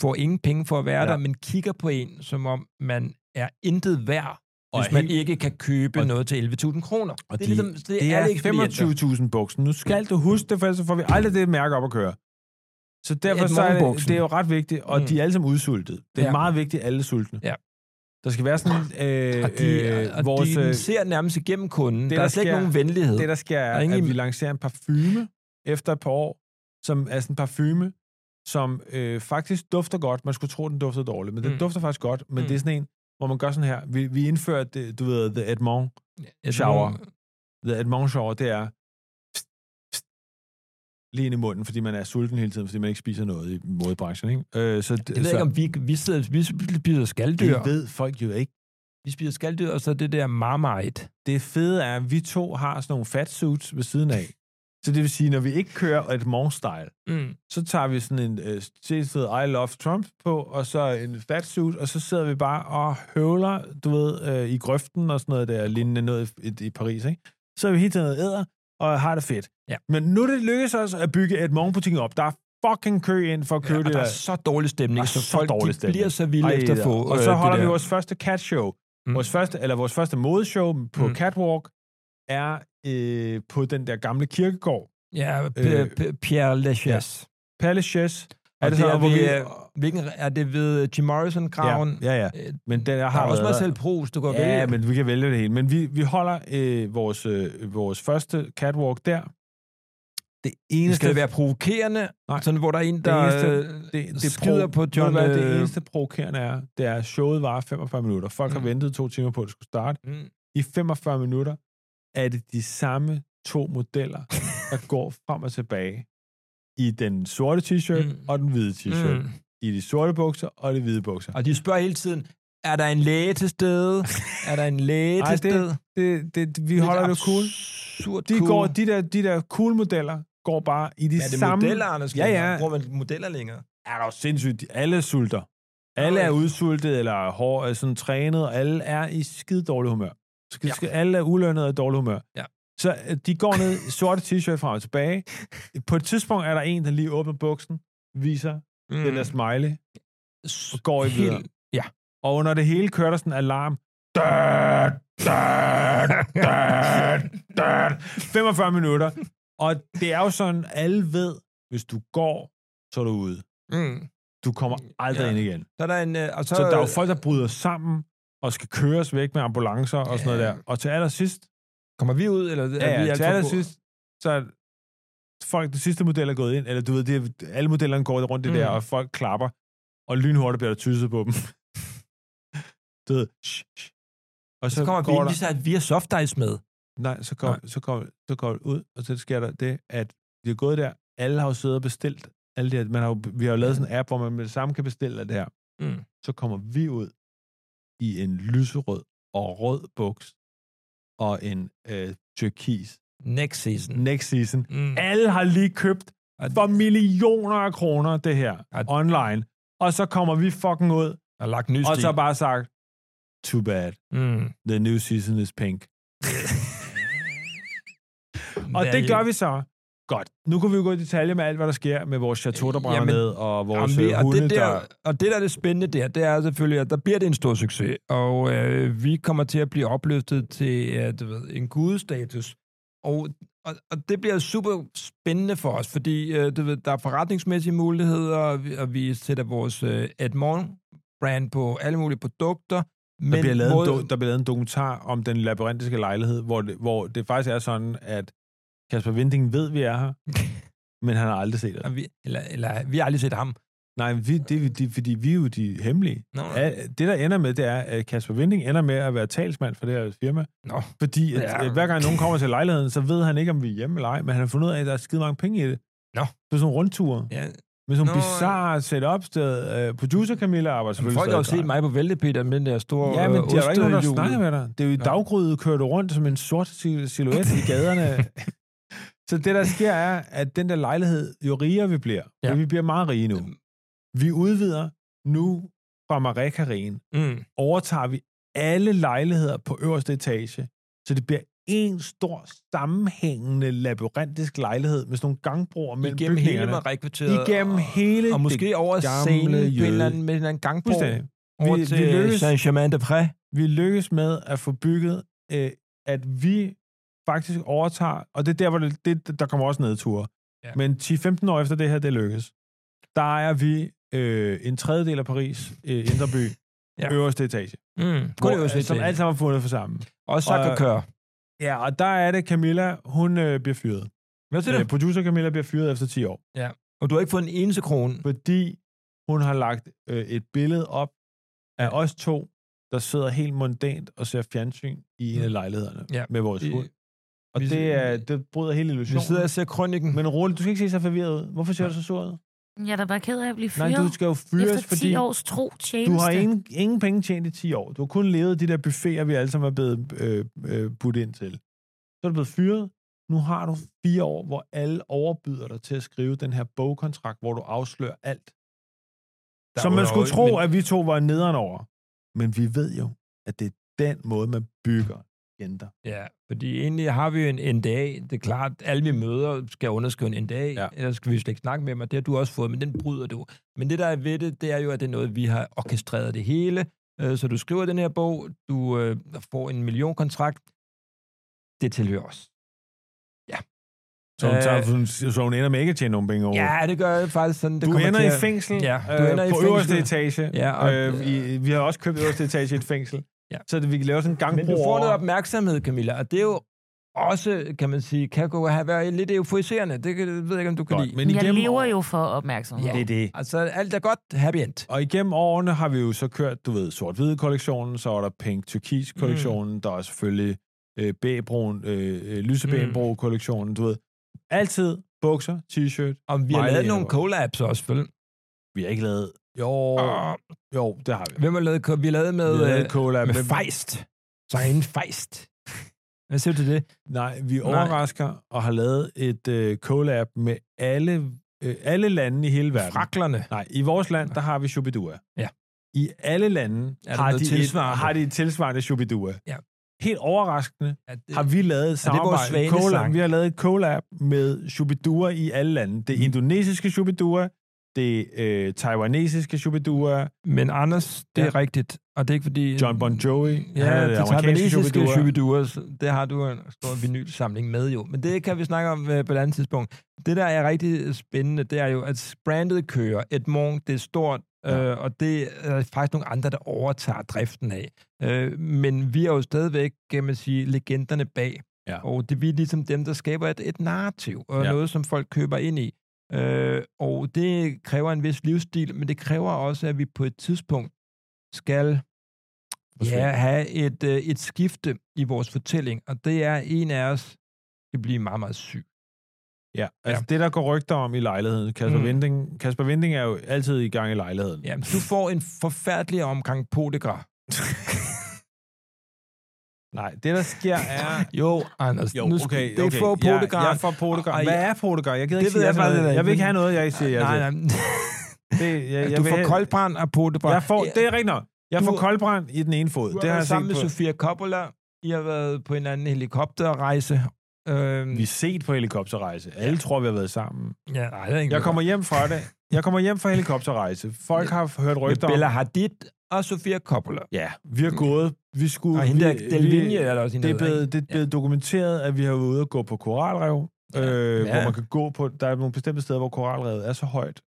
får ingen penge for at være Ja. ja. der, men kigger på en, som om man er intet værd, Og og er hvis man helt- ikke kan købe og- og, noget til 11.000 kroner. det Og de- er, ligesom, det Det er alle ekspedienter. er 25.000 buksen. Nu skal du huske det, for ellers så får vi aldrig det mærke op at køre. Så derfor et så er det, morgenbuksen. det er jo ret vigtigt, og mm. Mm. de er alle sammen udsultede. Det er ja. Ja. meget vigtigt, at alle er sultne. Ja. Der skal være sådan øh, Og de, øh, og vores... de øh, ser nærmest igennem kunden. Det, der, der er slet ikke sker- nogen venlighed. det, der sker, er, er ingen- at vi lancerer en parfume efter et par år, som er sådan en parfume, som øh, faktisk dufter godt. Man skulle tro, den duftede dårligt, men den Mm. dufter faktisk godt. Men Mm. det er sådan en, hvor man gør sådan her. Vi, vi indfører, det, du ved, The Edmond Altså, shower. The Edmond Shower, det er pst, pst, lige ind i munden, fordi man er sulten hele tiden, fordi man ikke spiser noget i modebranchen. Ikke? Øh, så, Jeg ved så, ikke, om vi, vi, sidder, vi spiser skalddyr. Det ved folk jo ikke. Vi spiser skalddyr, og så det der marmite. Det fede er, at vi to har sådan nogle fatsuits ved siden af. Så det vil sige, når vi ikke kører Edmond-style, Mm. så tager vi sådan en øh, tilsted I Love Trump på, og så en fatsuit, og så sidder vi bare og høvler, du ved, øh, i grøften og sådan noget der, lignende noget i, i, i Paris, ikke? Så er vi helt tiden æder, og har det fedt. Ja. Men nu er det lykkedes os at bygge et morgenbutikken op. Der er fucking kø ind for at købe Ja, ja, og det der der. er så dårlig Der stemning, er så, så folk dårlig de stemning. bliver så vilde Ej, efter at få og så øh, det holder vi der. vores første cat-show. Mm. Mm. Vores første, eller vores første modeshow på mm. Mm. Catwalk er øh, på den der gamle kirkegård. Ja, P- Øh, P- Pierre Lachaise. Palace Chess. Og det er hvor ved, vi- øh, Hvilken er det ved Jim Morrison-graven? Ja, ja, ja. Øh, Men den, jeg Der har er også været der. Marcel Proust, du går Ja, vælge. men vi kan vælge det hele. Men vi, vi holder øh, vores, øh, vores første catwalk der. Det det eneste... skal være provokerende, Nej. Nej. sådan hvor der er en, det der... eneste, øh, det, det skider på ved du John, Hvad, det øh, eneste provokerende er, det er, at showet varer 45 minutter. Folk har Mm. ventet to timer på, at det skulle starte. Mm. I 45 minutter er det de samme to modeller, der går frem og tilbage i den sorte t-shirt Mm. mm. og den hvide t-shirt. Mm. I de sorte bukser og de hvide bukser. Og de spørger hele tiden, er der en læge til stede? Er der en læge Ej, til stede? Det, det, vi holder det cool. Absurd De, cool. går, de, der, de der cool modeller går bare i de er det samme... modeller, Anders? Ja, ja. Bruger man modeller længere? er der jo sindssygt. De- Alle sulter. Alle er udsultet eller hår, er sådan trænet, og alle er i skide dårlig humør. Skal, Ja. ja. skal, alle er ulønnet og i dårlig humør. Ja. Så øh, de går ned i sorte t-shirt frem og tilbage. På et tidspunkt er der en, der lige åbner buksen, viser mm. Mm. den der smiley, og går i Helt- videre. Og under det hele kører der sådan en alarm. Død, død, død, død. 45 minutter. Og det er jo sådan, alle ved, hvis du går, så er du ude. Mm. Du kommer aldrig Ja. ja. ind igen. Så er der en... øh, Og så, Så der er jo folk, der bryder sammen og skal køres væk med ambulancer og sådan noget Ja. der. Og til allersidst, Kommer vi ud, eller er ja, vi ja, alt til for allersidst, så er folk, det sidste model er gået ind, eller du ved, det er, alle modellerne går rundt det Mm. der, og folk klapper, og lynhurtigt bliver der tysset på dem. du ved, shh, shh. Og så, Så kommer vi går ind, lige så der, at vi har softice med. nej, så kommer, så kommer, så kommer det ud, og så sker der det, at de er gået der, alle har jo siddet og bestilt, alle de her, man har, jo- vi har jo lavet sådan en app, hvor man med det samme kan bestille alt det her. Mm. så kommer vi ud i en lyserød og rød buks og en øh, turkis. Mm. Next season. Next season. Mm. Alle har lige købt Og- for millioner af kroner det her At- online. Og så kommer vi fucking ud, Og lagt ny og stil. så bare sagt, too bad, Mm. the new season is pink. Og det gør vi så. Godt. Nu kan vi jo gå i detalje med alt, hvad der sker med vores chateau, der brænder Jamen- ned, og vores Jamen, vi, Jamen, og, hunde, det der, der... og det der er det spændende der, det er selvfølgelig, at der bliver det en stor succes, og øh, vi kommer til at blive opløftet til øh, du ved, en gudestatus. Og, og, og det bliver super spændende for os, fordi øh, du ved, der er forretningsmæssige muligheder, og vi, og vi sætter vores øh, Edmond-brand på alle mulige produkter. Men Der bliver, lavet en do, der bliver lavet en dokumentar om den labyrintiske lejlighed, hvor det, hvor det faktisk er sådan, at Kasper Vinding ved, vi er her, men han har aldrig set det. og vi, eller, eller, vi har aldrig set ham. Nej, vi, det, er vi- de, fordi vi er jo de hemmelige. Nå, Ja, Det, der ender med, det er, at Kasper Vinding ender med at være talsmand for det her firma. Nå. Fordi at, Ja. ja. at hver gang nogen kommer til lejligheden, så ved han ikke, om vi er hjemme eller ej, men han har fundet ud af, at der er skide mange penge i det. Nå. På sådan nogle rundture. ja, Med sådan Nå, nogle bizarre setup-sted. Øh, Producer Camilla arbejder selvfølgelig folk har jo stadig set mig på Væltepeter med den der store Ja, men øh, det er jo ikke nogen, der ostehjul. snakker med dig. Det er jo i Nå. daggryet kørt rundt som en sort sil- silhuet i gaderne. Så det, der sker, er, at den der lejlighed, jo rigere vi bliver, Ja. ja. vi bliver meget rige nu. Vi udvider nu fra Marekarin, Mm. overtager vi alle lejligheder på øverste etage, så det bliver en stor sammenhængende labyrintisk lejlighed med sådan nogle gangbroer mellem Igennem hele bygningerne. Marikvarteret. Igennem hele Og måske over gamle scenen på en jøde. eller anden, med en eller anden gangbro. Fuldstændig. Over Vi- til øh, vi lykkes. Saint-Germain de Pré. vi lykkes med at få bygget, øh, at vi faktisk overtager, og det er der, hvor det, det, der kommer også nedture. Ja. Ja. Men 10-15 år efter det her, det lykkes, der er vi øh, en tredjedel af Paris, øh, indre by, Ja. ja. øverste etage. Mm. Kun hvor, øverste øh, som etage. alt sammen er fundet for sammen. Og Sakkerkør. Ja, og der er det, Camilla, hun øh, bliver fyret. Hvad siger Øh, du? producer Camilla bliver fyret efter 10 år, Øh, Og du har ikke fået en eneste krone. fordi hun har lagt øh, et billede op af os to, der sidder helt mondant og ser fjernsyn i en af lejlighederne Mm. Ja. med vores hund. Og Vi- det, er, det bryder hele Vi illusionen. sidder og ser kronikken. Men Rune, du skal ikke se så forvirret ud. Hvorfor ser du så sur ud? Jeg er da bare ked af at blive Nej, fyret. du skal jo fyres, Efter 10 fordi års tro tjeneste. du har ingen, ingen penge tjent i 10 år. Du har kun levet de der buffeter, vi alle sammen er blevet øh, øh, budt ind til. Så er du blevet fyret. Nu har du fire år, hvor alle overbyder dig til at skrive den her bogkontrakt, hvor du afslører alt. Der er Som man under- skulle tro, men- at vi to var nederen over. Men vi ved jo, at det er den måde, man bygger legender. Ja, fordi egentlig har vi jo en NDA. Det er klart, alle vi møder skal underskrive en NDA, ja. Ja. ellers skal vi slet ikke snakke med dem, og det har du også fået, men den bryder du. Men det, der er ved det, det er jo, at det er noget, vi har orkestreret det hele. Øh, Så du skriver den her bog, du øh, får en millionkontrakt. Det tilhører os. Så hun, Øh, tager, hun- så hun ender med ikke at tjene nogen penge over. Ja, det gør jeg faktisk sådan. Det Du kommer ender til i at- fængsel Ja, øh, du ender i på fængsel. øverste etage. Ja, og- øh, i, vi har også købt øverste etage i et fængsel. Ja. Så det, vi kan lave sådan en gangbro Men du får over. noget opmærksomhed, Camilla, og det er jo også, kan man sige, kan gå have været lidt euforiserende. Det, kan, det ved jeg ikke, om du kan Godt, lide. men Jeg igennem lever år- jo for opmærksomhed. Ja. Det er det. Altså, alt er godt. Happy end. Og igennem årene har vi jo så kørt, du ved, sort-hvide-kollektionen, så er der pink-turkis-kollektionen, mm. der er selvfølgelig øh, bæbroen, øh, øh, lysebænbro-kollektionen, du ved. Altid Bukser, t-shirt. Og vi har Miley lavet er nogle der. collabs også, vel? Vi har ikke lavet... Jo, Og jo, det har vi. hvem har lavet co- Vi har Ah. lavet med, vi har lavet øh, collab med Feist. Så er en Feist. Hvad siger du til det? Nej, vi overrasker Nej. og har lavet et øh, collab med alle, øh, alle lande i hele verden. Fraklerne. Nej, i vores land, der har vi Shubidua. Ja. I alle lande der har, noget de et, tilsvarende? har de et tilsvarende Shubidua. Ja. Helt overraskende Ja, det, har vi lavet et er vores samarbejde. svanesang. collab. Vi har lavet et collab med Shubidua i alle lande. Det Mm. indonesiske Shubidua, det øh, taiwanesiske Shubidua, Men Anders, det ja. er rigtigt, og det er ikke fordi... John Bon Jovi, Ja, han er det de taiwanesiske amerikanske Shubidua. Shubiduas, det har du en stor vinylsamling med jo. Men det kan vi snakke om øh, på et andet tidspunkt. Det, der er rigtig spændende, det er jo, at brandet kører. Edmond, det er stort, øh, og det er faktisk nogle andre, der overtager driften af. Øh, men vi er jo stadigvæk, kan man sige, legenderne bag. Ja. Og det vi er ligesom dem, der skaber et, et narrativ, og Ja. ja. noget, som folk køber ind i. Øh, og det kræver en vis livsstil, men det kræver også, at vi på et tidspunkt skal ja, have et, øh, et skifte i vores fortælling, og det er en af os, kan blive meget, meget syg. Ja, altså det, der går rygter om i lejligheden. Kasper, mm. Mm. Vinding, Kasper Vinding er jo altid i gang i lejligheden. Jamen, du får en forfærdelig omgang polegra. Nej, det, der sker, er... Jo, Anders. Jo, nu, okay, okay. det er få polegra. Jeg, jeg er for polegar. Og- og- Hvad er polegar? Jeg gider Det ikke ved sige jeg ja til faktisk noget. ikke, Jeg vil ikke men- have noget, jeg ikke siger ja nej, til. nej. Det, jeg, jeg du vil får have- koldbrand og polegra. Jeg får, det er rigtigt nok. Jeg Du- får koldbrand i den ene fod. Du Det har jeg sammen med set Sofia Coppola. I har været på en anden helikopterrejse. Øhm, på. Vi er set på helikopterrejse. Alle tror, vi har været sammen. ja, nej, det er ikke Jeg noget. kommer hjem fra det. Jeg kommer hjem fra helikopterrejse. Folk har f- hørt med rygter om... Bella Hadid og Sofia Coppola. Ja, vi har gået... Vi skulle... Og hende der, vi- Delvinje, vi- er der også en, Det er der hedder, blevet, det er Ja. blevet dokumenteret, at vi har været ude og gå på koralrev, ja. øh, ja. Ja. hvor man kan gå på... Der er nogle bestemte steder, hvor koralrevet er så højt, så,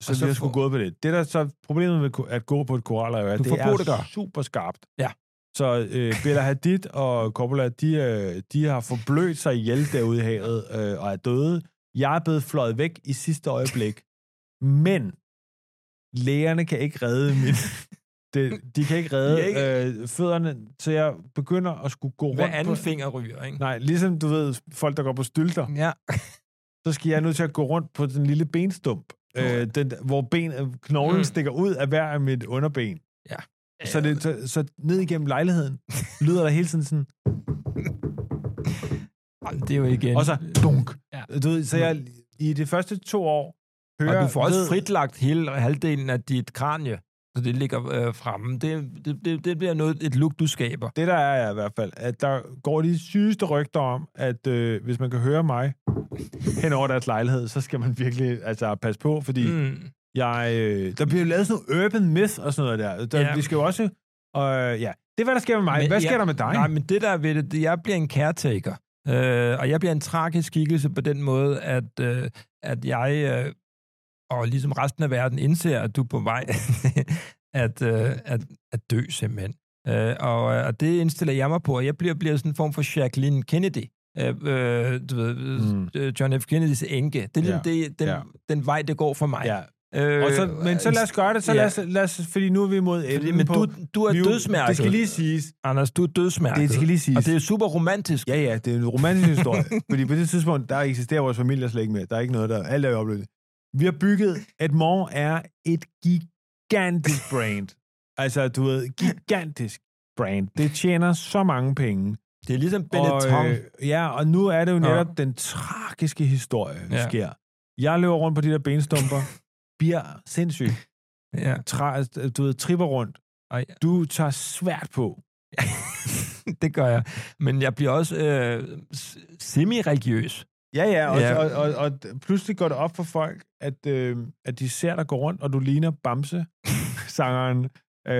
Og så så vi har få- skulle gået på det. Det der så problemet med ko- at gå på et koralrev er, at Du det får er potegar. super skarpt. Ja. Så øh, Bella Hadid og Coppola, de, øh, de har forblødt sig ihjel derude i havet øh, og er døde. Jeg er blevet fløjet væk i sidste øjeblik. Men lægerne kan ikke redde min... Det, de kan ikke redde De kan ikke... Øh, fødderne, så jeg begynder at skulle gå ikke? rundt Hver anden på... finger ryger, ikke? Nej, ligesom du ved, folk, der går på stylter, Ja. så skal jeg nødt til at gå rundt på den lille benstump, øh, den, der- hvor ben, knoglen mm. Mm. stikker ud af hver af mit underben. Ja. Så, det, så, så ned igennem lejligheden lyder der hele tiden sådan, Jamen, Det er jo igen... og så dunk. Ja. Du ved, så jeg i de første to år hører... Og du får også ved- fritlagt hele halvdelen af dit kranje, så det ligger øh, fremme. Det, det, det, det bliver noget, et look, du skaber. Det der er jeg i hvert fald, at der går de sygeste rygter om, at øh, hvis man kan høre mig hen over deres lejlighed, så skal man virkelig altså, passe på, fordi mm. Mm. Jeg, øh, der bliver jo lavet sådan noget urban myth og sådan noget der. der ja. Ja. Vi skal jo også... Øh, ja, det er, hvad der sker med mig. Men, hvad sker jeg, der med dig? Nej, men det der er ved det, det jeg bliver en caretaker. Øh, og jeg bliver en tragisk skikkelse på den måde, at, øh, at jeg øh, og ligesom resten af verden indser, at du er på vej at, øh, at, at dø simpelthen. Øh, og, øh, og det indstiller jeg mig på, og jeg bliver, bliver sådan en form for Jacqueline Kennedy. Øh, øh, du ved, Mm. mm. John F. Kennedys enke. Det er ligesom ja. det, den, ja. ja. den vej, det går for mig. ja. Øh, Og så, men så lad os gøre det, så ja. lad os, lad os, fordi nu er vi mod enden Fordi, men på... du, du er vi jo- dødsmærket. Det skal lige siges. Anders, du er dødsmærket. Det skal lige siges. Og det er super romantisk. Ja, ja, det er en romantisk historie. fordi på det tidspunkt, der eksisterer vores familie slet ikke mere. Der er ikke noget, der... Alt er jo opløst. Vi har bygget... Edmond er et gigantisk brand. altså, du ved, gigantisk brand. Det tjener så mange penge. Det er ligesom Benetton. Og, øh, ja, og nu er det jo Ja. netop ja. den tragiske historie, der ja. Ja. sker. Jeg løber rundt på de der benstumper, bliver sindssyg, ja. tra- du ved, tripper rundt. Ej. Du tager svært på. det gør jeg. Men jeg bliver også øh, s- semi-religiøs. Ja, ja, og, Ja. ja. Og, og, og pludselig går det op for folk, at, øh, at de ser dig gå rundt, og du ligner Bamse, sangeren. Øh,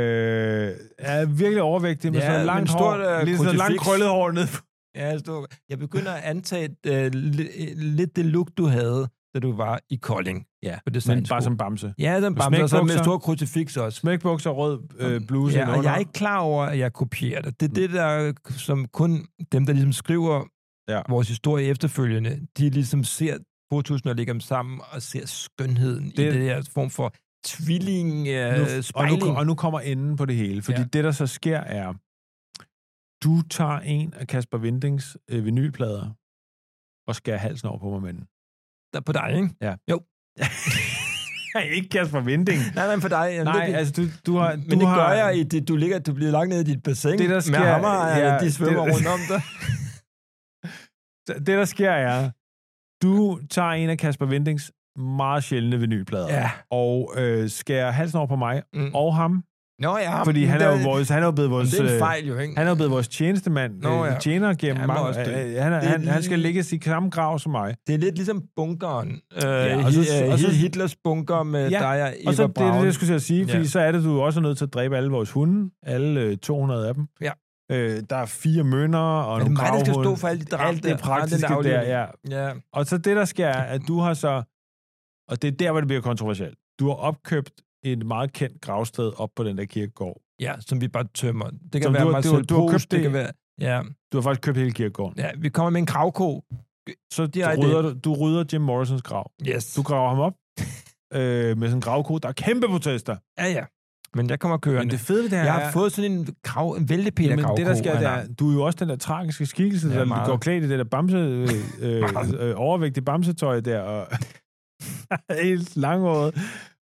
er virkelig overvægtig med Ja, ja, sådan men langt stort, hår. øh, Lige sådan langt krucifiks. krøllet hår ned. på- Ja, jeg, stod, jeg begynder at antage øh, li- lidt det look, du havde, da du var i Kolding. Ja, på det Men bare som Bamse. Ja, den Med bamser, og så med smækbukser. store krucifiks også. Smækbukser, rød øh, bluse. Ja, og indenunder. jeg er ikke klar over, at jeg kopierer det. Det er det, der, som kun dem, der ligesom skriver Ja. ja. vores historie efterfølgende, de ligesom ser fotos, når de lægger dem sammen, og ser skønheden det, Det- i det her form for tvilling nu, øh, og, spejling. nu, og nu kommer enden på det hele, fordi ja. Ja. det, der så sker, er, du tager en af Kasper Vindings øh, vinylplader og skærer halsen over på mig med den. Der på dig, ikke? ikke Kasper Vinding. Nej, men for dig. Jamen, Nej, det, altså, du, du har... men du det har, gør jeg i det, du ligger, du bliver lagt ned i dit bassin Det, der sker- med hammer, ja, ja, de svømmer det- rundt om dig. Det, der sker, er, du tager en af Kasper Vindings meget sjældne vinylplader, Ja. og øh, skærer halsen over på mig Mm. og ham, Nå ja, fordi men han der- er jo, vores, han er jo blevet vores... Det er en øh, fejl jo, ikke? Han er jo blevet vores tjenestemand, Nå, Nå, ja. ja. tjener gennem Ja, han han var mange... også død. øh, Han, er, Det er han, han skal lige- ligge i sit samme grav som mig. Det er lidt ligesom bunkeren. Øh, ja, Ja, og og så, så- og og så, så- Hitlers bunker med ja, Ja, dig og Eva Og så det, er det, Braun. det, jeg skulle til at sige, fordi Ja. ja. så er det, du også er nødt til at dræbe alle vores hunde, alle øh, 200 af dem. Ja. Øh, der er fire mønner og er det nogle mig, der skal gravhunde. stå for alle de drab Alt der? det praktiske Alt den der der, aflivning. ja. ja. Og så det, der sker, er, at du har så... Og det er der, hvor det bliver kontroversielt. Du har opkøbt et meget kendt gravsted op på den der kirkegård. ja, som vi bare tømmer. Det kan Som være du har- Marcel du har- du har Proust, købt det. det. Kan være, ja, Du har faktisk købt hele kirkegården. ja, vi kommer med en kravko. Så du er det. rydder, du, du rydder Jim Morrisons grav. Yes. Du graver ham op øh, med sådan en gravko. Der er kæmpe protester. Ja, ja. Men jeg kommer kørende. Men det fede ved det her jeg har er, fået sådan en, krav, en væltepeter Jamen, det der sker, han det har. er, du er jo også den der tragiske skikkelse, Ja, ja, der meget. meget. går klædt i det der bamse, øh, øh, øh, overvægtige bamsetøj der, og helt langhåret.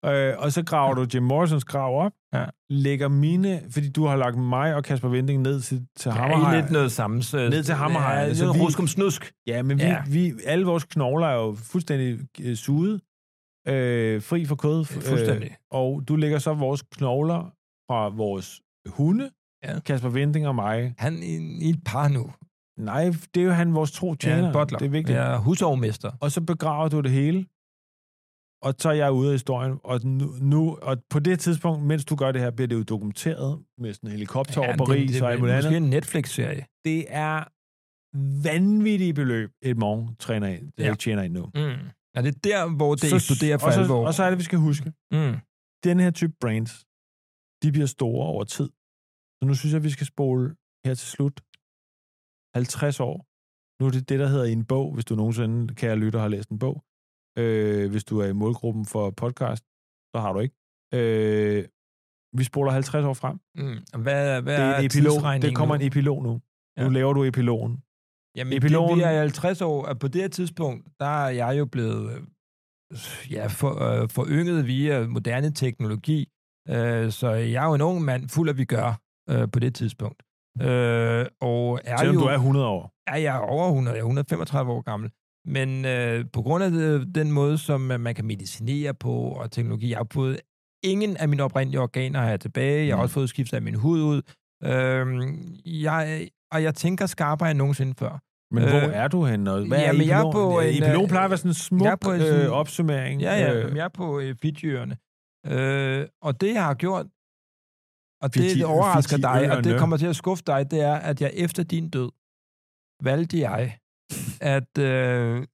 Øh, og så graver du Jim Morrisons grav op, Ja. lægger mine, fordi du har lagt mig og Kasper Vinding ned til, til Ja, I Hammerhej. lidt noget samme. Så, Ned til Hammerhej. Ja, Altså, altså, vi- rusk om snusk. Ja, men vi, Ja. ja. vi, alle vores knogler er jo fuldstændig øh, suget, øh, fri for kød. øh, Ja, fuldstændig. og du lægger så vores knogler fra vores hunde, Ja. ja. Kasper Vinding og mig, Han er i- i et par nu. Nej, det er jo han, vores tro Ja, tjener. en butler. det er vigtigt. Ja, husovmester. Og så begraver du det hele, og så er jeg ude af historien. Og, nu, nu, og på det tidspunkt, mens du gør det her, bliver det jo dokumenteret med sådan en helikopter ja, over Paris det, det, og alt muligt Måske andet. en Netflix-serie. Det er vanvittige beløb, et morgen træner ind, Ja. ja. tjener ind nu. Mm. Ja, det er der, hvor det så, Så- eksploderer for og så, alvor. Og så er det, vi skal huske. mm. Den her type brands, de bliver store over tid. Så nu synes jeg, vi skal spole her til slut 50 år. Nu er det det, der hedder i en bog, hvis du nogensinde, kære lytter, har læst en bog. Øh, hvis du er i målgruppen for podcast, så har du ikke. Øh, vi spoler 50 år frem. Mm. Og Hvad, hvad det er en epilog. Det kommer en epilog nu. Ja. Ja. Nu laver du epilogen. Jamen, epilogen. Det, epilogen. vi er i 50 år, og på det her tidspunkt, der er jeg jo blevet øh, ja, for, øh, forynget via moderne teknologi. Øh, så jeg er jo en ung mand, fuld af vi gør øh, på det tidspunkt. Øh, og er Selvom jo, du er 100 år. er jeg over 100, jeg er 135 år gammel. Men øh, på grund af øh, den måde, som øh, man kan medicinere på og teknologi, jeg har fået ingen af mine oprindelige organer her tilbage. Jeg har Mm. også fået skiftet af min hud ud. Øh, jeg, og jeg tænker skarpere end nogensinde før. Men øh, hvor Øh, er du henne? Og Hvad jamen, er jeg er epilogen? på en, Epilogen øh, plejer at være sådan en jeg er smuk på en sådan- øh, opsummering. Ja, ja, Øh, øh. jeg er på øh, Fidjøerne. Øh, og det, jeg har gjort, og det Fiji- Fiji, overrasker dig, og det Fijiøerne. kommer til at skuffe dig, det er, at jeg efter din død valgte jeg at, øh,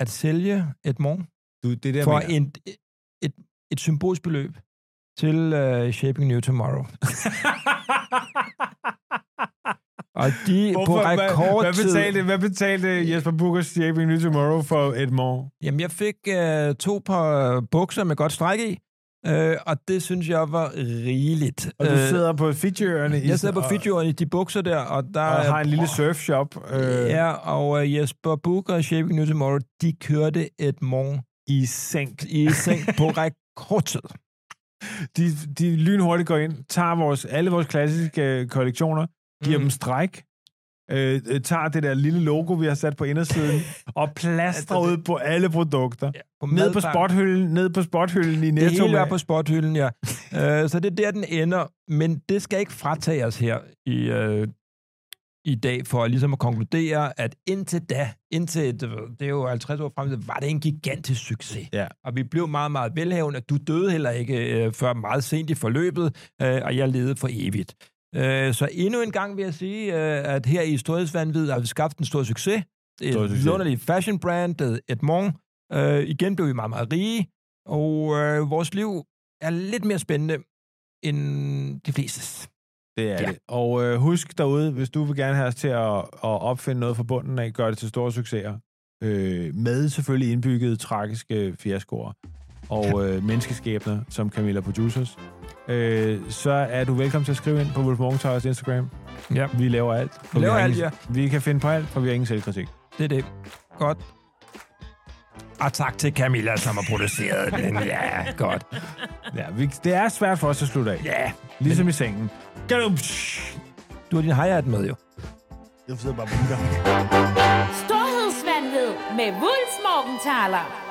at sælge et morgen du, det er der, for jeg mener. en, et, et symbolsk beløb til øh, Shaping New Tomorrow. Og de Hvorfor? på Hvorfor? rekordtid... Hvad, hvad, betalte, hvad betalte Jesper Bukkers Shaping New Tomorrow for et morgen? Jamen, jeg fik øh, to par bukser med godt stræk i, øh, og det synes jeg var rigeligt. Og du sidder på Fidjøerne i Øh, jeg sidder på og- Fidjoerne i de bukser der, og der og har en lille Åh, surfshop. Øh, Ja, og øh, Jesper Bucher og Shaping New Tomorrow, de kørte et morgen I seng. i seng på rekordtid. De, de lynhurtigt går ind, tager vores, alle vores klassiske øh, kollektioner, giver Mm. dem stræk, øh, øh, tager det der lille logo, vi har sat på indersiden, og plastrer Altså, ud på alle produkter. Ja, Ned på madpakken. spothylden, ned på spothylden i Netto. Det hele er mand. på spothylden, ja. øh, så det er der, den ender. Men det skal ikke fratage os her i, øh, i dag, for ligesom at konkludere, at indtil da, indtil, det, var- det er jo 50 år frem, til, var det en gigantisk succes. Ja. Og vi blev meget, meget velhavende. Du døde heller ikke øh, før meget sent i forløbet, øh, og jeg levede for evigt. Øh, så endnu en gang vil jeg sige, øh, at her i Storhedsvandvid har vi skabt en stor succes. Et Stor succes. vidunderligt fashion brand, øh, et morgen. Øh, igen blev vi meget, meget rige, og øh, vores liv er lidt mere spændende end de flestes. Det er Ja. ja. det. Og øh, husk derude, hvis du vil gerne have os til at, at opfinde noget fra bunden af, gør det til store succeser. Øh, med selvfølgelig indbyggede tragiske fiaskoer og øh, menneskeskæbner, som Camilla Producers. Øh, så er du velkommen til at skrive ind på Wolf Morgenthalers Instagram. Ja. Vi laver alt. for Vi laver har alt, ingen, Vi kan finde på alt, for vi har ingen selvkritik. Det er det. Godt. Og tak til Camilla, som har produceret den. Ja, godt. Ja, vi, det er svært for os at slutte af. Ja, Ligesom i sengen. Gadum! du har din hi med jo. Jeg sidder bare og blinker. Storhedsvandved med Wulfs Morgenthaler.